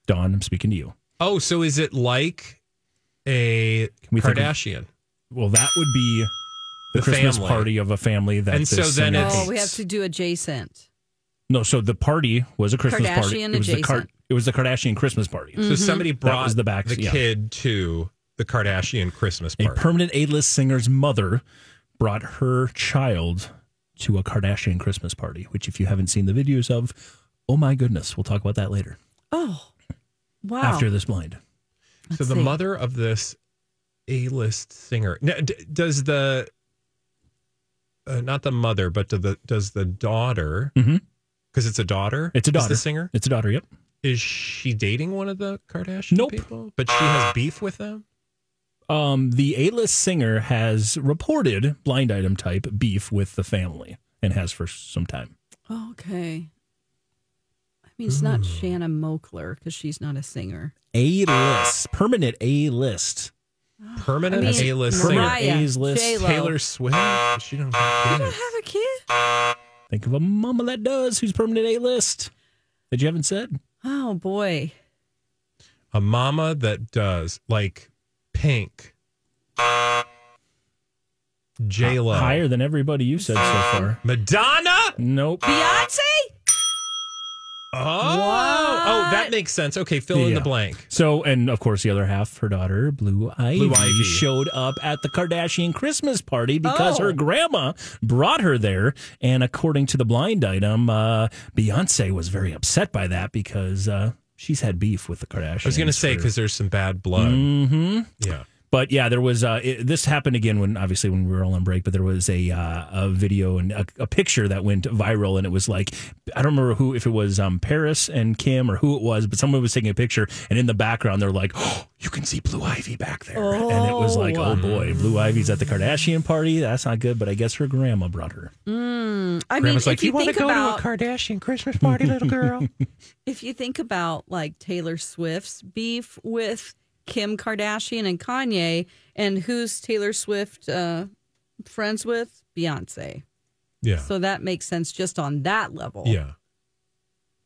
[SPEAKER 8] Don, I'm speaking to you.
[SPEAKER 9] Oh, so is it like a
[SPEAKER 8] we think of-
[SPEAKER 9] Kardashian?
[SPEAKER 8] Well, that would be the,
[SPEAKER 9] The
[SPEAKER 8] Christmas
[SPEAKER 9] family.
[SPEAKER 8] party of a family that.
[SPEAKER 9] And
[SPEAKER 8] the
[SPEAKER 9] so then
[SPEAKER 8] singer
[SPEAKER 9] it's-
[SPEAKER 8] hates.
[SPEAKER 11] Oh, we have to do adjacent.
[SPEAKER 8] No, so the party was a Christmas party.
[SPEAKER 11] Kardashian
[SPEAKER 8] It was the
[SPEAKER 11] adjacent.
[SPEAKER 8] it was the Kardashian Christmas party.
[SPEAKER 9] So somebody brought
[SPEAKER 8] was the back- yeah.
[SPEAKER 9] kid to the Kardashian Christmas
[SPEAKER 8] A
[SPEAKER 9] party.
[SPEAKER 8] permanent A-list singer's mother brought her child to a Kardashian Christmas party, which if you haven't seen the videos of, oh my goodness, we'll talk about that later
[SPEAKER 11] Oh, wow.
[SPEAKER 8] after this blind.
[SPEAKER 9] so the
[SPEAKER 11] see.
[SPEAKER 9] mother of this A-list singer. Now, d- does the uh, not the mother, but do the does the daughter? Because
[SPEAKER 8] Mhm.
[SPEAKER 9] it's a daughter.
[SPEAKER 8] It's a daughter.
[SPEAKER 9] Is the singer
[SPEAKER 8] It's a daughter. Yep.
[SPEAKER 9] is she dating one of the Kardashian
[SPEAKER 8] Nope.
[SPEAKER 9] people? But she has beef with them.
[SPEAKER 8] Um, the A-list singer has reported blind item type beef with the family and has for some time.
[SPEAKER 11] Oh, Okay. I mean, it's
[SPEAKER 9] Hmm.
[SPEAKER 11] not Shanna Mokler because she's not a singer.
[SPEAKER 8] A-list, permanent A-list.
[SPEAKER 9] Permanent
[SPEAKER 11] I mean,
[SPEAKER 9] A-list
[SPEAKER 8] Mariah,
[SPEAKER 9] singer.
[SPEAKER 8] A's list,
[SPEAKER 11] J-Lo.
[SPEAKER 9] Taylor Swift. She don't
[SPEAKER 11] You
[SPEAKER 9] have
[SPEAKER 11] don't
[SPEAKER 9] kids.
[SPEAKER 11] have a kid?
[SPEAKER 8] Think of a mama that does who's permanent A-list that you haven't said.
[SPEAKER 11] Oh, boy.
[SPEAKER 9] a mama that does like Pink. J Lo.
[SPEAKER 8] Higher than everybody you said so far.
[SPEAKER 9] Madonna?
[SPEAKER 8] Nope.
[SPEAKER 11] Beyonce?
[SPEAKER 9] Oh, oh, that makes sense. Okay, fill in
[SPEAKER 8] Yeah.
[SPEAKER 9] the blank.
[SPEAKER 8] So, and of course, the other half, her daughter, Blue Ivy,
[SPEAKER 9] Ivy.
[SPEAKER 8] showed up at the Kardashian Christmas party because
[SPEAKER 11] Oh.
[SPEAKER 8] her grandma brought her there. And according to the blind item, uh, Beyonce was very upset by that because uh, she's had beef with the Kardashians.
[SPEAKER 9] I was going to say
[SPEAKER 8] for-
[SPEAKER 9] because uh, there's some bad blood.
[SPEAKER 8] hmm
[SPEAKER 9] Yeah.
[SPEAKER 8] But yeah, there was uh, it, this happened again when obviously when we were all on break, but there was a uh, a video and a, a picture that went viral, and it was like I don't remember who if it was um, Paris and Kim or who it was, but someone was taking a picture, and in the background they're like, oh, you can see Blue Ivy back there, and it was like, oh boy, Blue Ivy's at the Kardashian party. That's not good, but I guess her grandma brought her.
[SPEAKER 11] Mm, I
[SPEAKER 9] Grandma's
[SPEAKER 11] mean,
[SPEAKER 9] like,
[SPEAKER 11] if you,
[SPEAKER 9] "You wanna
[SPEAKER 11] think
[SPEAKER 9] go to a
[SPEAKER 11] about
[SPEAKER 9] Kardashian Christmas party, little girl?
[SPEAKER 11] if you think about like Taylor Swift's beef with Kim Kardashian and Kanye, and who's Taylor Swift uh, friends with? Beyonce.
[SPEAKER 9] Yeah.
[SPEAKER 11] So that makes sense just on that level.
[SPEAKER 9] yeah.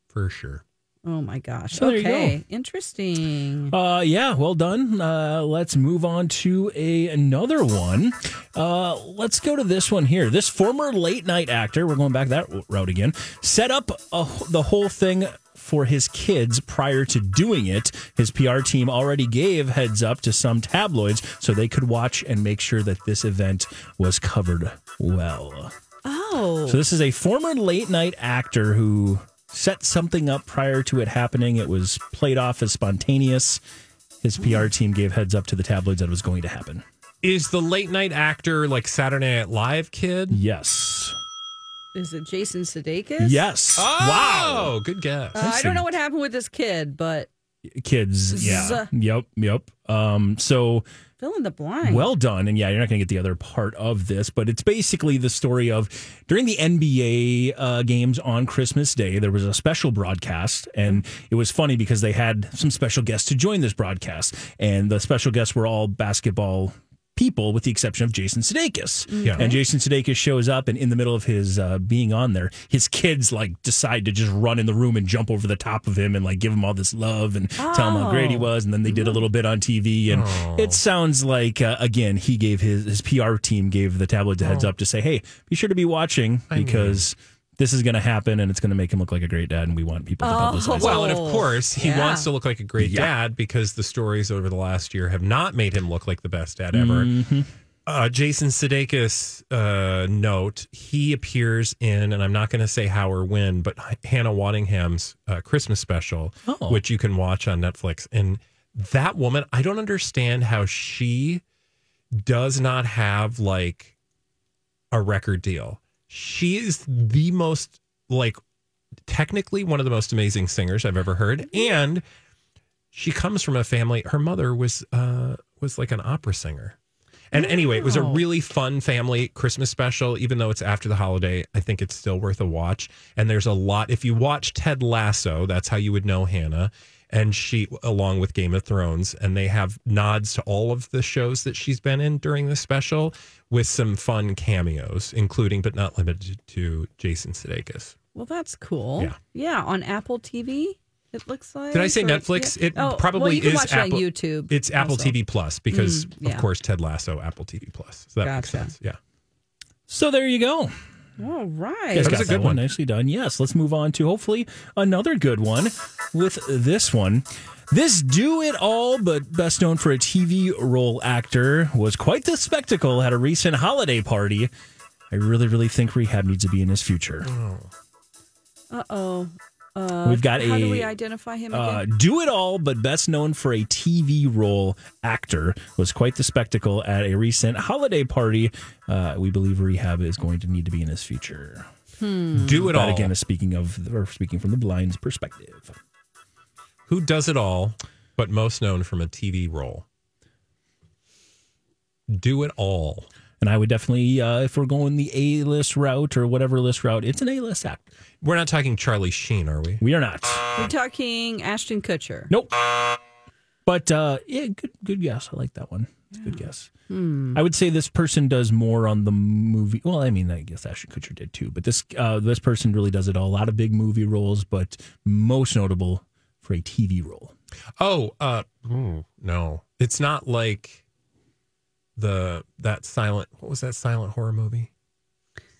[SPEAKER 9] For sure.
[SPEAKER 11] Oh my gosh.
[SPEAKER 8] So there you
[SPEAKER 11] okay. Interesting.
[SPEAKER 8] Uh, yeah, well done. Uh, let's move on to a another one. Uh, let's go to this one here. This former late night actor, we're going back that route again, set up a, the whole thing for his kids prior to doing it. His PR team already gave heads up to some tabloids so they could watch and make sure that this event was covered well.
[SPEAKER 11] Oh.
[SPEAKER 8] So this is a former late night actor who set something up prior to it happening. It was played off as spontaneous. His PR team gave heads up to the tabloids that it was going to happen.
[SPEAKER 9] Is the late night actor like Saturday Night Live kid?
[SPEAKER 8] Yes.
[SPEAKER 11] Is it Jason Sudeikis?
[SPEAKER 8] Yes. Wow.
[SPEAKER 9] Oh, good guess.
[SPEAKER 11] Uh, I don't know what happened with this kid, but
[SPEAKER 8] Kids. Yeah. Yep. Yep. Um, so
[SPEAKER 11] fill in the blank.
[SPEAKER 8] Well done. And yeah, you're not going to get the other part of this, but it's basically the story of during the NBA uh, games on Christmas Day, there was a special broadcast. And it was funny because they had some special guests to join this broadcast. And the special guests were all basketball people with the exception of Jason Sudeikis.
[SPEAKER 9] Yeah.
[SPEAKER 8] And Jason Sudeikis shows up and in the middle of his uh, being on there, his kids like decide to just run in the room and jump over the top of him and like give him all this love and tell him how great he
[SPEAKER 11] Oh.
[SPEAKER 8] was. And then they did a little bit on TV and
[SPEAKER 9] Oh.
[SPEAKER 8] it sounds like uh, again he gave his his PR team gave the tabloids a heads
[SPEAKER 9] Oh.
[SPEAKER 8] up to say, "Hey, be sure to be watching because this is going to happen and it's going to make him look like a great dad and we want
[SPEAKER 9] Oh.
[SPEAKER 8] people to publicize."
[SPEAKER 9] Well, and of course, he
[SPEAKER 11] Yeah.
[SPEAKER 9] wants to look like a great dad because the stories over the last year have not made him look like the best dad ever. Uh, Jason Sudeikis' uh, note: He appears in, and I'm not going to say how or when, but H- Hannah Waddingham's uh, Christmas special,
[SPEAKER 8] Oh.
[SPEAKER 9] which you can watch on Netflix. And that woman, I don't understand how she does not have like a record deal. She is the most like technically one of the most amazing singers I've ever heard, and she comes from a family. Her mother was uh, was like an opera singer, and anyway, it was a really fun family Christmas special. Even though it's after the holiday, I think it's still worth a watch. And there's a lot. If you watch Ted Lasso, that's how you would know Hannah. And she, along with Game of Thrones, and they have nods to all of the shows that she's been in during this special, with some fun cameos, including but not limited to Jason Sudeikis.
[SPEAKER 11] Well, that's cool.
[SPEAKER 9] Yeah.
[SPEAKER 11] on Apple TV, it looks like.
[SPEAKER 9] Did I say
[SPEAKER 11] or-
[SPEAKER 9] Netflix?
[SPEAKER 11] yeah.
[SPEAKER 9] It
[SPEAKER 11] Oh,
[SPEAKER 9] probably
[SPEAKER 11] well, you can
[SPEAKER 9] is
[SPEAKER 11] watch it
[SPEAKER 9] Apple
[SPEAKER 11] on YouTube.
[SPEAKER 9] It's Apple
[SPEAKER 11] also.
[SPEAKER 9] TV Plus because,
[SPEAKER 11] Mm, yeah.
[SPEAKER 9] of course, Ted Lasso, Apple TV Plus. So that makes
[SPEAKER 11] Gotcha.
[SPEAKER 9] sense. Yeah.
[SPEAKER 8] So there you go.
[SPEAKER 11] All right.
[SPEAKER 8] You guys
[SPEAKER 9] That was
[SPEAKER 8] got
[SPEAKER 9] a good one.
[SPEAKER 8] Nicely done. Yes, let's move on to hopefully another good one with this one. This do it all, but best known for a TV role actor, was quite the spectacle at a recent holiday party. I really, really think rehab needs to be in his future.
[SPEAKER 11] Uh oh. Uh,
[SPEAKER 8] We've got
[SPEAKER 11] how do
[SPEAKER 8] a,
[SPEAKER 11] we identify him
[SPEAKER 8] Uh,
[SPEAKER 11] again?
[SPEAKER 8] do it all, but best known for a TV role actor, was quite the spectacle at a recent holiday party. Uh, we believe rehab is going to need to be in his future.
[SPEAKER 9] Do it
[SPEAKER 8] That
[SPEAKER 9] all.
[SPEAKER 8] again is speaking of or speaking from the blind's perspective.
[SPEAKER 9] Who does it all, but most known from a TV role? Do it all.
[SPEAKER 8] And I would definitely, uh, if we're going the A list route or whatever list route, it's an A list actor.
[SPEAKER 9] We're not talking Charlie Sheen, are we?
[SPEAKER 8] We are not.
[SPEAKER 11] We're talking Ashton Kutcher.
[SPEAKER 8] Nope. But uh, yeah, good, good guess. I like that one. It's a good guess.
[SPEAKER 11] Hmm.
[SPEAKER 8] I would say this person does more on the movie. Well, I mean, I guess Ashton Kutcher did too. But this uh, this person really does it all. A lot of big movie roles, but most notable for a TV role.
[SPEAKER 9] Oh, uh, ooh, no. It's not like the that silent what was that silent horror movie?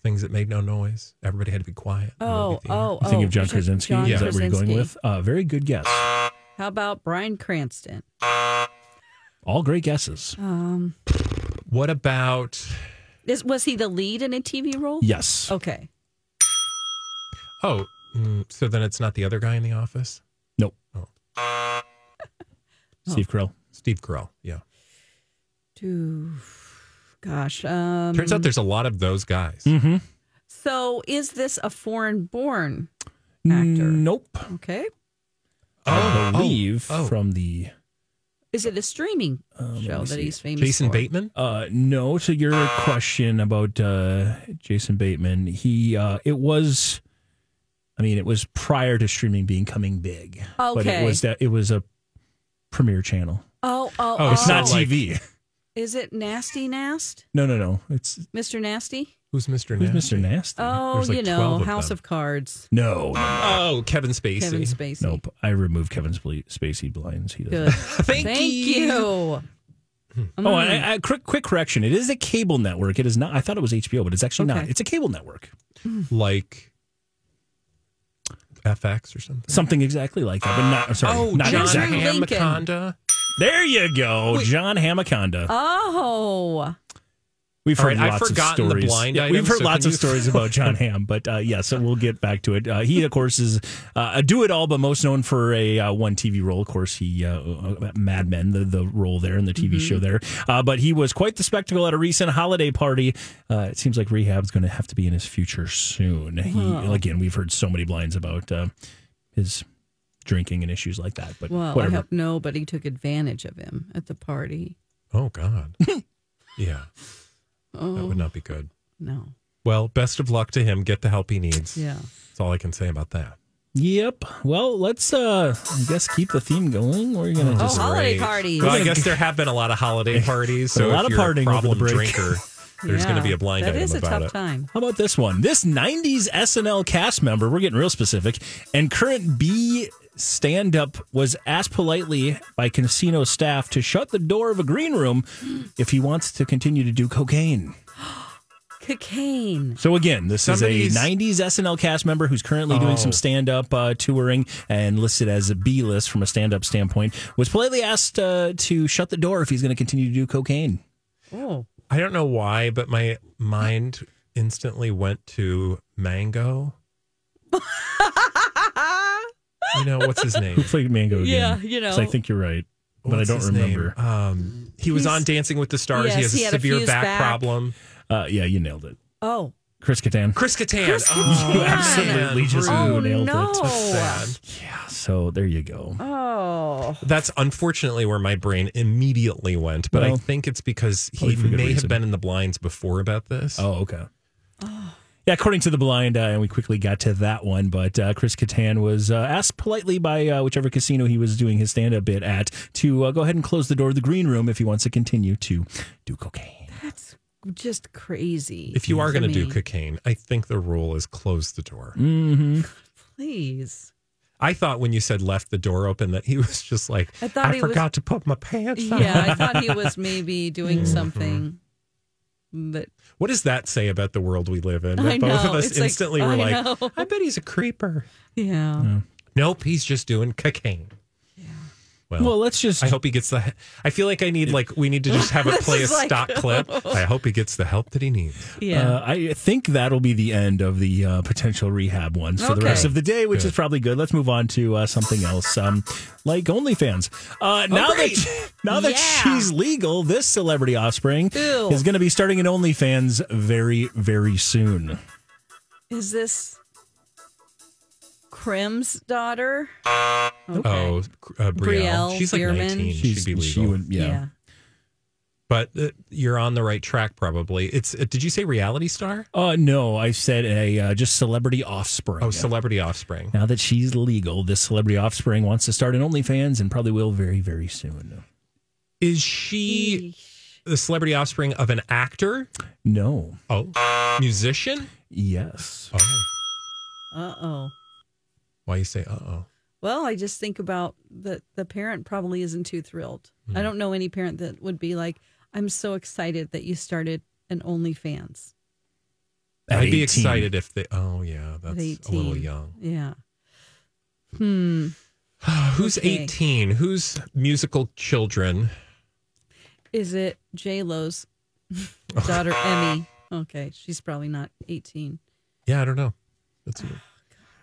[SPEAKER 9] Things that made no noise. Everybody had to be quiet. in the
[SPEAKER 11] Oh,
[SPEAKER 9] movie theater.
[SPEAKER 11] oh,
[SPEAKER 8] You think of John Krasinski?
[SPEAKER 11] John
[SPEAKER 8] Is that what you're
[SPEAKER 11] Krasinski.
[SPEAKER 8] going with? Uh, very good guess.
[SPEAKER 11] How about Brian Cranston?
[SPEAKER 8] All great guesses.
[SPEAKER 11] Um,
[SPEAKER 9] What about?
[SPEAKER 11] is, was he the lead in a TV role?
[SPEAKER 9] Yes.
[SPEAKER 11] Okay.
[SPEAKER 9] Oh, mm, so then it's not the other guy in the office.
[SPEAKER 8] Nope.
[SPEAKER 9] Oh.
[SPEAKER 8] Steve
[SPEAKER 11] Oh.
[SPEAKER 8] Carell.
[SPEAKER 9] Steve Carell. Yeah.
[SPEAKER 11] Two. Gosh. Um,
[SPEAKER 9] Turns out there's a lot of those guys.
[SPEAKER 8] Mm-hmm.
[SPEAKER 11] So is this a foreign born?
[SPEAKER 8] Nope.
[SPEAKER 11] Okay.
[SPEAKER 8] I believe from the
[SPEAKER 11] Is it a streaming show that he's famous
[SPEAKER 8] Jason
[SPEAKER 11] for?
[SPEAKER 9] Bateman?
[SPEAKER 8] Uh, no. To your question about uh, Jason Bateman, he uh, it was. I mean, it was prior to streaming being coming big, but
[SPEAKER 11] Okay.
[SPEAKER 8] it was that it was a premiere channel.
[SPEAKER 11] Oh, oh,
[SPEAKER 8] Oh, it's not
[SPEAKER 11] oh.
[SPEAKER 8] TV.
[SPEAKER 11] Is it Nasty Nast?
[SPEAKER 8] No, no, no. It's
[SPEAKER 11] Mr. Nasty?
[SPEAKER 9] Who's Mr.
[SPEAKER 8] Who's
[SPEAKER 9] Nasty?
[SPEAKER 8] Mr. Nasty?
[SPEAKER 11] Oh,
[SPEAKER 8] There's like
[SPEAKER 11] you
[SPEAKER 8] 12
[SPEAKER 11] know,
[SPEAKER 8] of
[SPEAKER 11] House
[SPEAKER 8] them.
[SPEAKER 11] of Cards.
[SPEAKER 8] No. no, no.
[SPEAKER 9] Oh, Kevin Spacey.
[SPEAKER 11] Kevin Spacey.
[SPEAKER 8] Nope. I removed Kevin Sp- Spacey blinds. He
[SPEAKER 11] Good.
[SPEAKER 8] doesn't.
[SPEAKER 11] Thank, you.
[SPEAKER 8] Oh, I, I, quick, quick correction. It is a cable network. It is not. I thought it was HBO, but it's actually
[SPEAKER 11] Okay.
[SPEAKER 8] not. It's a cable network.
[SPEAKER 9] Like FX or something.
[SPEAKER 8] Something exactly like that, but not. I'm sorry.
[SPEAKER 9] Oh,
[SPEAKER 8] not
[SPEAKER 9] John
[SPEAKER 8] exactly.
[SPEAKER 9] Lincoln. Hamaconda.
[SPEAKER 8] There you go, John Hamaconda.
[SPEAKER 11] Oh.
[SPEAKER 8] We've
[SPEAKER 9] All
[SPEAKER 8] heard
[SPEAKER 9] right, I've
[SPEAKER 8] lots of
[SPEAKER 9] forgotten the
[SPEAKER 8] stories.
[SPEAKER 9] blind
[SPEAKER 8] Yeah,
[SPEAKER 9] item,
[SPEAKER 8] we've heard
[SPEAKER 9] so
[SPEAKER 8] lots
[SPEAKER 9] can
[SPEAKER 8] of
[SPEAKER 9] you-
[SPEAKER 8] stories about John Hamm, but uh, yeah, so we'll get back to it. Uh, he, of course, is uh, a do-it-all, but most known for a uh, one TV role. Of course, he uh, uh, Mad Men, the, the role there in the TV
[SPEAKER 9] Mm-hmm.
[SPEAKER 8] show there. Uh, but he was quite the spectacle at a recent holiday party. Uh, it seems like rehab's going to have to be in his future soon.
[SPEAKER 11] Wow.
[SPEAKER 8] He, again, we've heard so many blinds about uh, his drinking and issues like that. But
[SPEAKER 11] Well,
[SPEAKER 8] whatever.
[SPEAKER 11] I hope nobody took advantage of him at the party.
[SPEAKER 9] Oh God. yeah. That
[SPEAKER 11] Oh,
[SPEAKER 9] would not be good.
[SPEAKER 11] no.
[SPEAKER 9] Well, best of luck to him. Get the help he needs.
[SPEAKER 11] Yeah.
[SPEAKER 9] That's all I can say about that.
[SPEAKER 8] Yep. Well, let's uh I guess keep the theme going. We're
[SPEAKER 9] Oh,
[SPEAKER 8] gonna just
[SPEAKER 9] Great. Well, I guess there have been a lot of holiday parties. So
[SPEAKER 8] A lot
[SPEAKER 9] if
[SPEAKER 8] of
[SPEAKER 9] you're
[SPEAKER 8] partying
[SPEAKER 9] a
[SPEAKER 8] over the
[SPEAKER 9] problem
[SPEAKER 8] break.
[SPEAKER 9] drinker, there's going to be a blind
[SPEAKER 11] That
[SPEAKER 9] item
[SPEAKER 11] is a
[SPEAKER 9] about
[SPEAKER 11] tough
[SPEAKER 9] it.
[SPEAKER 11] time.
[SPEAKER 8] How about this one? This 90s SNL cast member, we're getting real specific, and current B stand up was asked politely by casino staff to shut the door of a green room if he wants to continue to do cocaine.
[SPEAKER 11] Cocaine.
[SPEAKER 8] So again, this
[SPEAKER 11] Somebody's-
[SPEAKER 8] is a 90s SNL cast member who's currently doing
[SPEAKER 9] Oh.
[SPEAKER 8] some stand-up uh, touring and listed as a B-list from a stand-up standpoint, was politely asked uh, to shut the door if he's going to continue to do cocaine.
[SPEAKER 11] Oh.
[SPEAKER 9] I don't know why, but my mind instantly went to Mango. you know what's his name?
[SPEAKER 8] Who played Mango again?
[SPEAKER 11] Yeah, you know.
[SPEAKER 8] 'Cause I think you're right, but
[SPEAKER 9] What's
[SPEAKER 8] I don't
[SPEAKER 9] his name?
[SPEAKER 8] remember.
[SPEAKER 9] Um, he was
[SPEAKER 11] He's-
[SPEAKER 9] on Dancing with the Stars. he
[SPEAKER 11] Yes,
[SPEAKER 9] has
[SPEAKER 11] he
[SPEAKER 9] a
[SPEAKER 11] had a
[SPEAKER 9] severe
[SPEAKER 11] fused
[SPEAKER 9] back,
[SPEAKER 11] back.
[SPEAKER 9] problem.
[SPEAKER 8] Uh, yeah, you nailed it.
[SPEAKER 11] Oh.
[SPEAKER 8] Chris Kattan.
[SPEAKER 9] Chris Kattan.
[SPEAKER 11] Chris
[SPEAKER 9] Oh,
[SPEAKER 8] You absolutely just
[SPEAKER 11] Oh,
[SPEAKER 8] nailed
[SPEAKER 11] no.
[SPEAKER 8] it.
[SPEAKER 9] That's sad.
[SPEAKER 8] So there you go.
[SPEAKER 11] Oh.
[SPEAKER 9] That's unfortunately where my brain immediately went, but I
[SPEAKER 8] Well,
[SPEAKER 9] think it's because he
[SPEAKER 8] probably for good
[SPEAKER 9] may have
[SPEAKER 8] reason.
[SPEAKER 9] been in the blinds before about this.
[SPEAKER 8] Oh, okay.
[SPEAKER 11] Oh.
[SPEAKER 8] Yeah, according to the blind, uh, and we quickly got to that one, but uh, Chris Kattan was uh, asked politely by uh, whichever casino he was doing his stand up bit at to uh, go ahead and close the door of the green room if he wants to continue to do cocaine.
[SPEAKER 11] That's just crazy.
[SPEAKER 9] If you are going to do
[SPEAKER 11] me.
[SPEAKER 9] cocaine, I think the rule is close the door.
[SPEAKER 8] Mm-hmm.
[SPEAKER 11] Please.
[SPEAKER 9] I thought when you said left the door open that he was just like,
[SPEAKER 11] I
[SPEAKER 9] I,
[SPEAKER 11] thought he was-
[SPEAKER 9] forgot to put my pants on.
[SPEAKER 11] Yeah, I thought he was maybe doing
[SPEAKER 9] Mm-hmm.
[SPEAKER 11] something. But
[SPEAKER 9] What does that say about the world we live in?
[SPEAKER 11] I
[SPEAKER 9] That both
[SPEAKER 11] know,
[SPEAKER 9] of us
[SPEAKER 11] it's like,
[SPEAKER 9] instantly
[SPEAKER 11] I
[SPEAKER 9] were like,
[SPEAKER 11] know.
[SPEAKER 9] I bet he's a creeper.
[SPEAKER 11] yeah.
[SPEAKER 9] Nope, he's just doing cocaine. Well,
[SPEAKER 8] Well, let's just.
[SPEAKER 9] I hope he gets the. I feel like I need like we need to just have it
[SPEAKER 11] This
[SPEAKER 9] play a
[SPEAKER 11] is like-
[SPEAKER 9] stock clip. I hope he gets the help that he needs.
[SPEAKER 11] Yeah.
[SPEAKER 8] Uh, I think that'll be the end of the uh, potential rehab ones for the
[SPEAKER 11] Okay.
[SPEAKER 8] rest of the day, which
[SPEAKER 9] Good.
[SPEAKER 8] is probably good. Let's move on to uh, something else, um, like OnlyFans. Uh, now that now that
[SPEAKER 11] Yeah.
[SPEAKER 8] she's legal, this celebrity offspring
[SPEAKER 11] Ew.
[SPEAKER 8] is going to be starting an OnlyFans very, very soon.
[SPEAKER 11] Is this Krim's daughter? Okay.
[SPEAKER 9] Oh, uh, Brielle,
[SPEAKER 11] Brielle
[SPEAKER 9] she's like
[SPEAKER 11] Bierman.
[SPEAKER 9] nineteen.
[SPEAKER 8] She's-
[SPEAKER 9] She'd be legal.
[SPEAKER 8] she would, yeah.
[SPEAKER 9] But uh, you're on the right track, probably. It's. Uh, did you say reality star?
[SPEAKER 8] Uh, no, I said a uh, just celebrity offspring.
[SPEAKER 9] Oh, celebrity offspring.
[SPEAKER 8] now that she's legal, this celebrity offspring wants to start an OnlyFans and probably will very, very soon.
[SPEAKER 9] Is she the celebrity offspring of an actor?
[SPEAKER 8] No.
[SPEAKER 9] Oh, musician.
[SPEAKER 8] Yes.
[SPEAKER 9] Oh,
[SPEAKER 11] Uh oh.
[SPEAKER 9] why you say uh oh?
[SPEAKER 11] Well, I
[SPEAKER 9] Mm.
[SPEAKER 11] just think about the the parent probably isn't too thrilled. I don't know any parent that would be like, I'm so excited that you started an OnlyFans
[SPEAKER 9] I'd be
[SPEAKER 8] 18.
[SPEAKER 9] excited if they. Oh yeah,
[SPEAKER 11] at
[SPEAKER 9] that's a
[SPEAKER 11] 18.
[SPEAKER 9] little young.
[SPEAKER 11] Yeah. Hmm.
[SPEAKER 9] Who's
[SPEAKER 11] Okay.
[SPEAKER 9] 18? Who's musical children?
[SPEAKER 11] Is it J Lo's daughter Emmy? Okay, she's probably not 18.
[SPEAKER 9] Yeah, I don't know. That's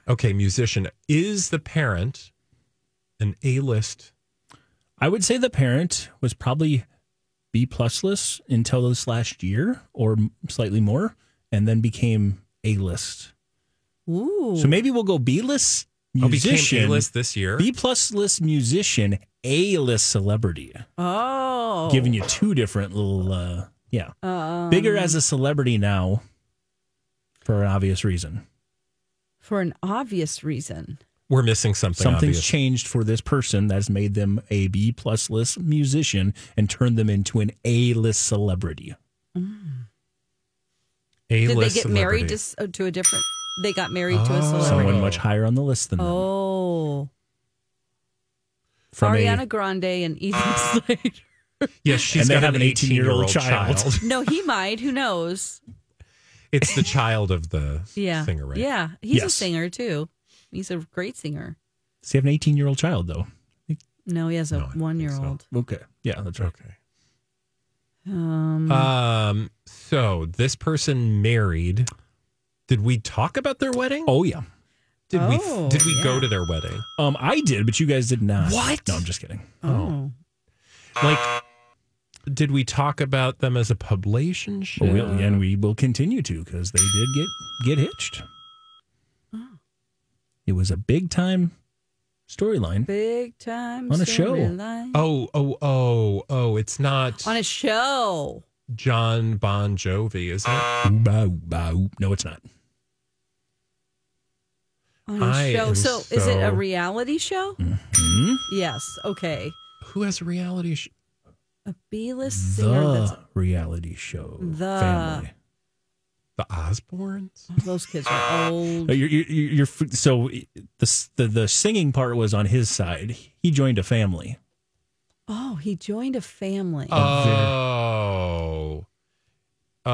[SPEAKER 9] okay. Musician is the parent an A list?
[SPEAKER 8] I would say the parent was probably B plus list until this last year or m- slightly more, and then became A list.
[SPEAKER 11] Ooh.
[SPEAKER 8] So maybe we'll go B list
[SPEAKER 9] Oh, became
[SPEAKER 8] musician,
[SPEAKER 9] A-list this year?
[SPEAKER 8] B plus list musician, A list celebrity,
[SPEAKER 11] Oh.
[SPEAKER 8] giving you two different little uh, yeah, bigger
[SPEAKER 11] Um,
[SPEAKER 8] as a celebrity now for an obvious reason.
[SPEAKER 11] for an obvious reason.
[SPEAKER 9] We're missing something.
[SPEAKER 8] Something's
[SPEAKER 9] obvious.
[SPEAKER 8] changed for this person that's made them a B plus list musician and turned them into an A list celebrity.
[SPEAKER 9] A
[SPEAKER 11] Did they
[SPEAKER 9] list
[SPEAKER 11] get married to, s- uh, to a different? They got married to a
[SPEAKER 9] Oh.
[SPEAKER 11] celebrity.
[SPEAKER 8] Someone much higher on the list than them.
[SPEAKER 11] Oh,
[SPEAKER 8] From a-
[SPEAKER 11] Ariana Grande and Ethan Slater.
[SPEAKER 9] Yes, she's
[SPEAKER 8] And they
[SPEAKER 9] got
[SPEAKER 8] have
[SPEAKER 9] an
[SPEAKER 8] an
[SPEAKER 9] 18-year-old
[SPEAKER 8] 18-year-old child.
[SPEAKER 9] child.
[SPEAKER 11] No, he might. Who knows?
[SPEAKER 9] it's the child of the
[SPEAKER 11] Yeah,
[SPEAKER 9] singer, right?
[SPEAKER 11] Yeah, he's a
[SPEAKER 8] Yes.
[SPEAKER 11] singer too. He's a great singer.
[SPEAKER 8] Does he have an 18 year old child, though?
[SPEAKER 11] No, he has a
[SPEAKER 9] No, I don't think
[SPEAKER 11] one-year-old.
[SPEAKER 8] Okay. Yeah, that's right.
[SPEAKER 9] Okay.
[SPEAKER 8] Mm.
[SPEAKER 11] Um,
[SPEAKER 9] Um. So this person married. Did we talk about their wedding?
[SPEAKER 8] Oh, yeah.
[SPEAKER 9] Did we?
[SPEAKER 11] Oh,
[SPEAKER 9] Did we go
[SPEAKER 11] yeah.
[SPEAKER 9] to their wedding?
[SPEAKER 8] Um, I did, but you guys did not.
[SPEAKER 9] What?
[SPEAKER 8] No, I'm just kidding.
[SPEAKER 11] oh,
[SPEAKER 9] Like, did we talk about them as a publication show?
[SPEAKER 8] But we'll- and Oh, we will continue to because they did get, get hitched.
[SPEAKER 11] Oh.
[SPEAKER 8] It was a big time storyline.
[SPEAKER 11] big time
[SPEAKER 8] On a show.
[SPEAKER 11] storyline.
[SPEAKER 9] Oh, oh, oh, oh! It's not
[SPEAKER 11] On a show.
[SPEAKER 9] John Bon Jovi, is it?
[SPEAKER 8] Ooh, bah, ooh, bah, ooh. No, it's not.
[SPEAKER 11] On a
[SPEAKER 9] I
[SPEAKER 11] show.
[SPEAKER 9] am
[SPEAKER 11] So, is it a
[SPEAKER 9] so-
[SPEAKER 11] reality show?
[SPEAKER 8] Mm-hmm.
[SPEAKER 11] Yes. Okay.
[SPEAKER 9] Who has a reality show?
[SPEAKER 11] A B-list singer. That's,
[SPEAKER 8] The reality show.
[SPEAKER 11] The-
[SPEAKER 8] family.
[SPEAKER 9] The Osbournes?
[SPEAKER 11] those kids are old.
[SPEAKER 8] No, Oh, you're, you're, you're, you're f- so the, the the singing part was on his side. He joined a family.
[SPEAKER 11] Oh, he joined a family.
[SPEAKER 9] Oh.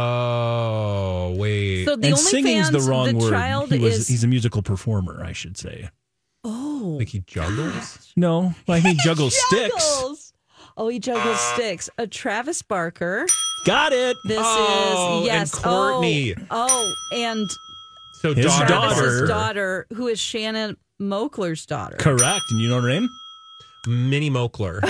[SPEAKER 9] Oh, wait.
[SPEAKER 11] so the
[SPEAKER 8] and
[SPEAKER 11] only
[SPEAKER 8] singing's
[SPEAKER 11] fans,
[SPEAKER 8] the wrong word.
[SPEAKER 11] child
[SPEAKER 8] he was
[SPEAKER 11] is
[SPEAKER 8] he's a musical performer, I should say.
[SPEAKER 11] oh,
[SPEAKER 9] like he juggles?
[SPEAKER 8] No, well, he juggles sticks.
[SPEAKER 11] juggles. Oh, he juggles sticks. A Travis Barker.
[SPEAKER 8] Got it.
[SPEAKER 11] This
[SPEAKER 9] Oh,
[SPEAKER 11] is
[SPEAKER 9] and
[SPEAKER 11] yes.
[SPEAKER 9] Courtney.
[SPEAKER 11] Oh, oh, and
[SPEAKER 9] So
[SPEAKER 8] His
[SPEAKER 9] daughter.
[SPEAKER 11] Travis's daughter, who is Shannon Mokler's daughter.
[SPEAKER 8] Correct. And you know her name?
[SPEAKER 9] Minnie Mokler.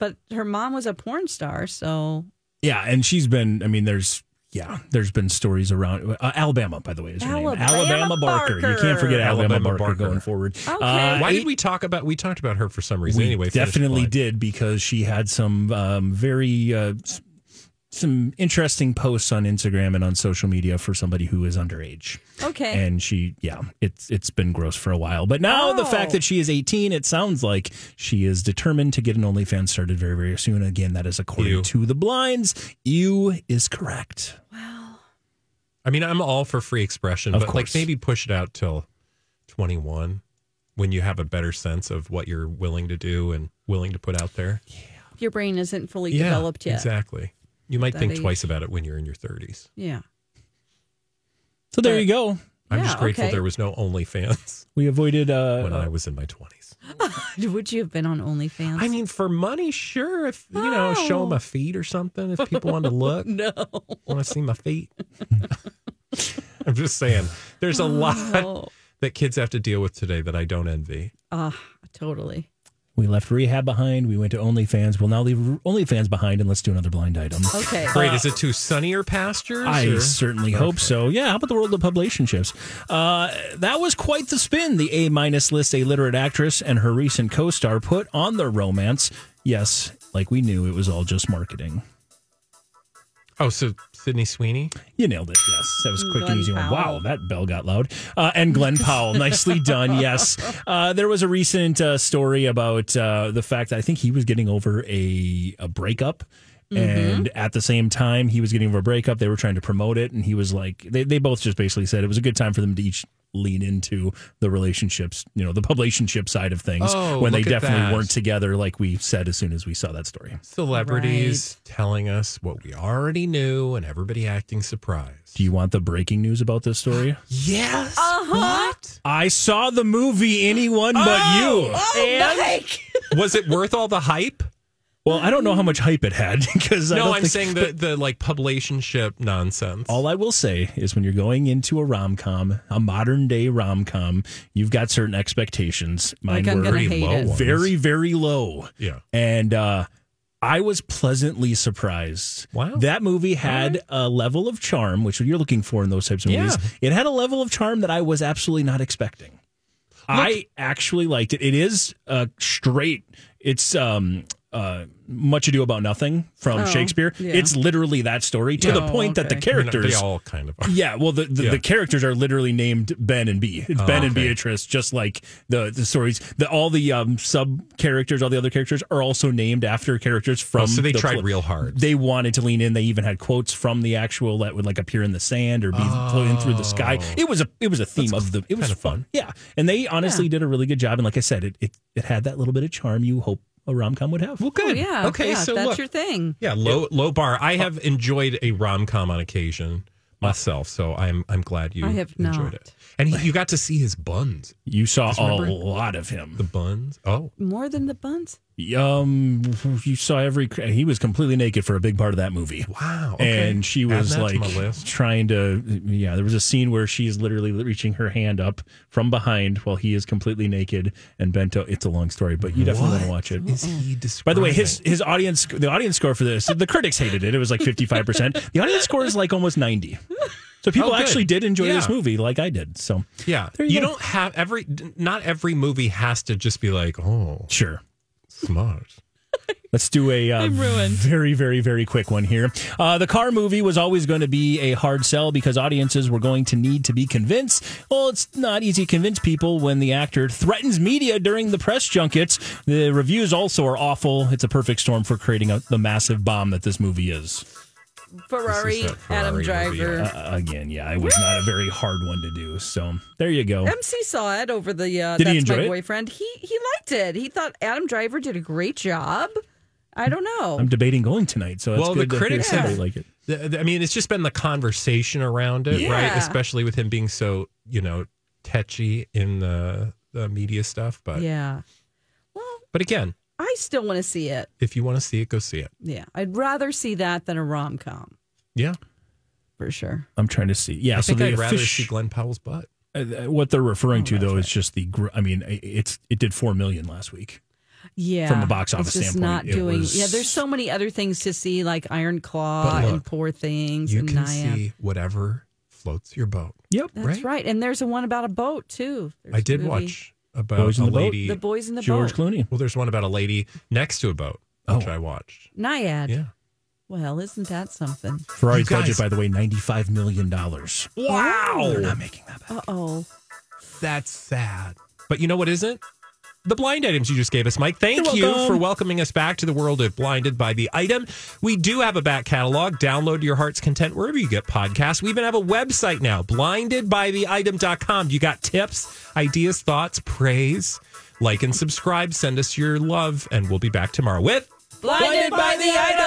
[SPEAKER 11] but her mom was a porn star, so
[SPEAKER 8] Yeah, and she's been. I mean, there's yeah, there's been stories around uh, Alabama. By the way, is her name
[SPEAKER 11] Alabama
[SPEAKER 8] Alabama Barker. You can't forget Alabama,
[SPEAKER 9] Alabama
[SPEAKER 8] Barker,
[SPEAKER 9] Barker.
[SPEAKER 8] going forward. Uh,
[SPEAKER 11] Okay.
[SPEAKER 9] Why did we talk about we talked about her for some reason
[SPEAKER 8] We
[SPEAKER 9] anyway? finish the
[SPEAKER 8] definitely
[SPEAKER 9] line.
[SPEAKER 8] did because she had some um, very uh, s- some interesting posts on Instagram and on social media for somebody who is underage.
[SPEAKER 11] okay.
[SPEAKER 8] And she, yeah, it's it's been gross for a while, but now the
[SPEAKER 11] Oh.
[SPEAKER 8] fact that she is 18, it sounds like she is determined to get an OnlyFans started very very soon. Again, that is according
[SPEAKER 9] Ew.
[SPEAKER 8] to the blinds. You is correct.
[SPEAKER 9] I mean, I'm all for free expression,
[SPEAKER 8] Of
[SPEAKER 9] but like
[SPEAKER 8] course.
[SPEAKER 9] maybe push it out till 21 when you have a better sense of what you're willing to do and willing to put out there.
[SPEAKER 11] Your brain isn't fully developed yet.
[SPEAKER 9] Exactly. You might
[SPEAKER 11] That
[SPEAKER 9] think
[SPEAKER 11] age.
[SPEAKER 9] twice about it when you're in your 30s.
[SPEAKER 11] Yeah.
[SPEAKER 8] So there
[SPEAKER 11] But-
[SPEAKER 8] you go.
[SPEAKER 9] I'm
[SPEAKER 11] Yeah,
[SPEAKER 9] just grateful
[SPEAKER 11] okay.
[SPEAKER 9] there was no OnlyFans
[SPEAKER 8] We avoided.
[SPEAKER 9] when
[SPEAKER 8] Uh,
[SPEAKER 9] I was in my 20s.
[SPEAKER 11] Would you have been on OnlyFans?
[SPEAKER 9] I mean, for money, sure. If you know, show them my feet or something. If people want to look,
[SPEAKER 11] Oh. no.
[SPEAKER 9] want to see my feet. I'm just saying, there's a lot
[SPEAKER 11] Oh,
[SPEAKER 9] that kids have to deal with today that I don't envy.
[SPEAKER 11] ah, totally.
[SPEAKER 8] we left rehab behind. We went to OnlyFans. We'll now leave OnlyFans behind, and let's do another blind item.
[SPEAKER 11] Okay.
[SPEAKER 9] Great, is it to sunnier pastures?
[SPEAKER 8] I
[SPEAKER 9] or-
[SPEAKER 8] certainly hope so. Yeah, how about the world of publicationships? Uh, that was quite the spin the A minus list illiterate actress and her recent co star put on their romance. Yes, like we knew, it was all just marketing.
[SPEAKER 9] Oh, so Sydney Sweeney.
[SPEAKER 8] You nailed it. Yes, that was a quick
[SPEAKER 11] Glenn
[SPEAKER 8] and easy one.
[SPEAKER 11] Powell.
[SPEAKER 8] Wow, that bell got loud. Uh, and Glenn Powell, nicely done. Yes, uh, there was a recent uh, story about uh, the fact that I think he was getting over a a breakup.
[SPEAKER 11] Mm-hmm.
[SPEAKER 8] And at the same time, he was getting over a breakup. They were trying to promote it, and he was like, they, they both just basically said it was a good time for them to each lean into the relationships, you know, the publicationship side of things
[SPEAKER 9] Oh,
[SPEAKER 8] when they
[SPEAKER 9] look at
[SPEAKER 8] definitely
[SPEAKER 9] that.
[SPEAKER 8] weren't together, like we said as soon as we saw that story.
[SPEAKER 9] Celebrities telling us what we already knew and everybody acting surprised.
[SPEAKER 8] Do you want the breaking news about this story?
[SPEAKER 9] Yes.
[SPEAKER 11] Uh-huh.
[SPEAKER 8] What? I saw the movie Anyone But You.
[SPEAKER 9] And- was it worth all the hype?
[SPEAKER 8] Well, I don't know how much hype it had because I
[SPEAKER 9] no,
[SPEAKER 8] don't
[SPEAKER 9] I'm
[SPEAKER 8] think-
[SPEAKER 9] saying the, the like publicationship nonsense.
[SPEAKER 8] All I will say is when you're going into a rom com, a modern day rom com, you've got certain expectations. Mine
[SPEAKER 9] Like, I'm
[SPEAKER 8] were
[SPEAKER 9] gonna Very hate low it. ones.
[SPEAKER 8] very, very low.
[SPEAKER 9] Yeah.
[SPEAKER 8] And uh, I was pleasantly surprised. Wow. That movie had a level of charm, which you're looking for in those types of
[SPEAKER 9] Yeah.
[SPEAKER 8] movies. It had a level of charm that I was absolutely not expecting. I actually liked it. It is uh, straight. It's um, uh, Much Ado About Nothing from
[SPEAKER 9] Oh,
[SPEAKER 8] Shakespeare.
[SPEAKER 9] yeah. Oh,
[SPEAKER 8] It's literally that story to
[SPEAKER 9] Yeah.
[SPEAKER 8] the point that the
[SPEAKER 9] I mean,
[SPEAKER 8] characters
[SPEAKER 9] they all kind of are.
[SPEAKER 8] yeah, well, the, the,
[SPEAKER 9] Yeah.
[SPEAKER 8] the characters are literally named Ben and B. It's
[SPEAKER 9] Oh,
[SPEAKER 8] Ben and
[SPEAKER 9] okay.
[SPEAKER 8] Beatrice, just like the the stories. The, all the um, sub characters, all the other characters are also named after characters from.
[SPEAKER 9] Oh, so they
[SPEAKER 8] the
[SPEAKER 9] tried
[SPEAKER 8] pl-
[SPEAKER 9] real hard.
[SPEAKER 8] They wanted to lean in. They even had quotes from the actual that would like appear in the sand or be floating through the sky.
[SPEAKER 9] Oh.
[SPEAKER 8] It was a it was a theme of the. It was fun. yeah. And they honestly did a really good job. And like I said, it it, it had that little bit of charm you hope a rom com would have. Well,
[SPEAKER 11] Oh, yeah.
[SPEAKER 9] Okay,
[SPEAKER 11] yeah,
[SPEAKER 9] so
[SPEAKER 11] that's
[SPEAKER 9] look.
[SPEAKER 11] your thing.
[SPEAKER 9] Yeah, low low bar.
[SPEAKER 8] Uh,
[SPEAKER 9] I have enjoyed a rom com on occasion myself, so I'm I'm glad you
[SPEAKER 11] I have
[SPEAKER 9] enjoyed
[SPEAKER 11] not.
[SPEAKER 9] it. And he, you got to see his buns.
[SPEAKER 8] You saw
[SPEAKER 9] Just
[SPEAKER 8] a
[SPEAKER 9] remember?
[SPEAKER 8] lot of him.
[SPEAKER 9] The buns. Oh,
[SPEAKER 11] More than the buns.
[SPEAKER 8] Um, you saw every. He was completely naked for a big part of that movie.
[SPEAKER 9] Wow.
[SPEAKER 8] And she was like trying to. Yeah, there was a scene where she's literally reaching her hand up from behind while he is completely naked and bent. o- It's a long story, but you definitely want to watch it.
[SPEAKER 9] Is
[SPEAKER 11] Oh.
[SPEAKER 9] he
[SPEAKER 8] By the way, his his audience, the audience score for this, the critics hated it. It was like fifty five percent. The audience score is like almost ninety. So people
[SPEAKER 9] Oh, good.
[SPEAKER 8] actually did enjoy this
[SPEAKER 9] Yeah.
[SPEAKER 8] movie, like I did. So
[SPEAKER 9] Yeah,
[SPEAKER 8] There
[SPEAKER 9] you,
[SPEAKER 8] you go.
[SPEAKER 9] don't have every. Not every movie has to just be like, oh,
[SPEAKER 8] sure,
[SPEAKER 9] smart.
[SPEAKER 8] Let's do a uh, very, very, very quick one here. Uh, the car movie was always going to be a hard sell because audiences were going to need to be convinced. Well, it's not easy to convince people when the actor threatens media during the press junkets. The reviews also are awful. It's a perfect storm for creating a, the massive bomb that this movie is.
[SPEAKER 11] Ferrari,
[SPEAKER 8] that
[SPEAKER 11] Adam Driver.
[SPEAKER 8] Uh, again, yeah, it was not a very hard one to do. So there you go.
[SPEAKER 11] MC saw it over the uh,
[SPEAKER 8] Did
[SPEAKER 11] that's
[SPEAKER 8] he enjoy
[SPEAKER 11] my
[SPEAKER 8] it?
[SPEAKER 11] boyfriend. He he liked it. He thought Adam Driver did a great job. I don't know.
[SPEAKER 8] I'm debating going tonight, so it's
[SPEAKER 9] well, the
[SPEAKER 8] good to hear
[SPEAKER 9] critics
[SPEAKER 8] somebody
[SPEAKER 9] have.
[SPEAKER 8] like it.
[SPEAKER 9] the- the- I mean, it's just been the conversation around it, right?
[SPEAKER 11] Yeah.
[SPEAKER 9] Especially with him being so, you know, tetchy in the the media stuff. But
[SPEAKER 11] yeah. Well,
[SPEAKER 9] but again,
[SPEAKER 11] I still want to see it.
[SPEAKER 9] if you want to see it, go see it.
[SPEAKER 11] Yeah, I'd rather see that than a rom com.
[SPEAKER 9] Yeah,
[SPEAKER 11] for sure.
[SPEAKER 8] I'm trying to see. Yeah,
[SPEAKER 9] I
[SPEAKER 8] so
[SPEAKER 9] think
[SPEAKER 8] the
[SPEAKER 9] I'd rather
[SPEAKER 8] offici-
[SPEAKER 9] see Glenn Powell's butt.
[SPEAKER 8] Uh, what they're referring
[SPEAKER 11] Oh,
[SPEAKER 8] to though is just the gr- i mean i- it's it did 4 million last week
[SPEAKER 11] Yeah,
[SPEAKER 8] From a box office
[SPEAKER 11] it's just
[SPEAKER 8] standpoint,
[SPEAKER 11] not
[SPEAKER 8] it
[SPEAKER 11] doing.
[SPEAKER 8] was-
[SPEAKER 11] Yeah, there's so many other things to see, like Iron Claw
[SPEAKER 9] But look,
[SPEAKER 11] and Poor Things
[SPEAKER 9] You
[SPEAKER 11] and
[SPEAKER 9] can
[SPEAKER 11] Naya.
[SPEAKER 9] see whatever floats your boat.
[SPEAKER 8] Yep,
[SPEAKER 11] That's right. and there's a one about a boat too. There's
[SPEAKER 9] I
[SPEAKER 11] a
[SPEAKER 9] did
[SPEAKER 11] movie.
[SPEAKER 9] watch about
[SPEAKER 8] Boys in
[SPEAKER 9] a
[SPEAKER 8] the Boat?
[SPEAKER 9] lady.
[SPEAKER 11] The Boys in the Boat.
[SPEAKER 8] Clooney.
[SPEAKER 9] Well, there's one about a lady next to a boat,
[SPEAKER 8] Oh.
[SPEAKER 9] which I watched.
[SPEAKER 11] Naiad.
[SPEAKER 9] Yeah.
[SPEAKER 11] Well, isn't that something?
[SPEAKER 8] ferrari's
[SPEAKER 9] You guys-
[SPEAKER 8] budget by the way 95 million dollars
[SPEAKER 9] Wow.
[SPEAKER 8] they're not making that
[SPEAKER 11] Uh oh.
[SPEAKER 9] That's sad. But you know what isn't? The blind items you just gave us, Mike. Thank
[SPEAKER 8] You're
[SPEAKER 9] you
[SPEAKER 8] welcome.
[SPEAKER 9] for welcoming us back to the world of Blinded by the Item. We do have a back catalog. Download to your heart's content wherever you get podcasts. We even have a website now, blindedbytheitem.com. You got tips, ideas, thoughts, praise. Like and subscribe. Send us your love, and we'll be back tomorrow with
[SPEAKER 11] Blinded by the Item.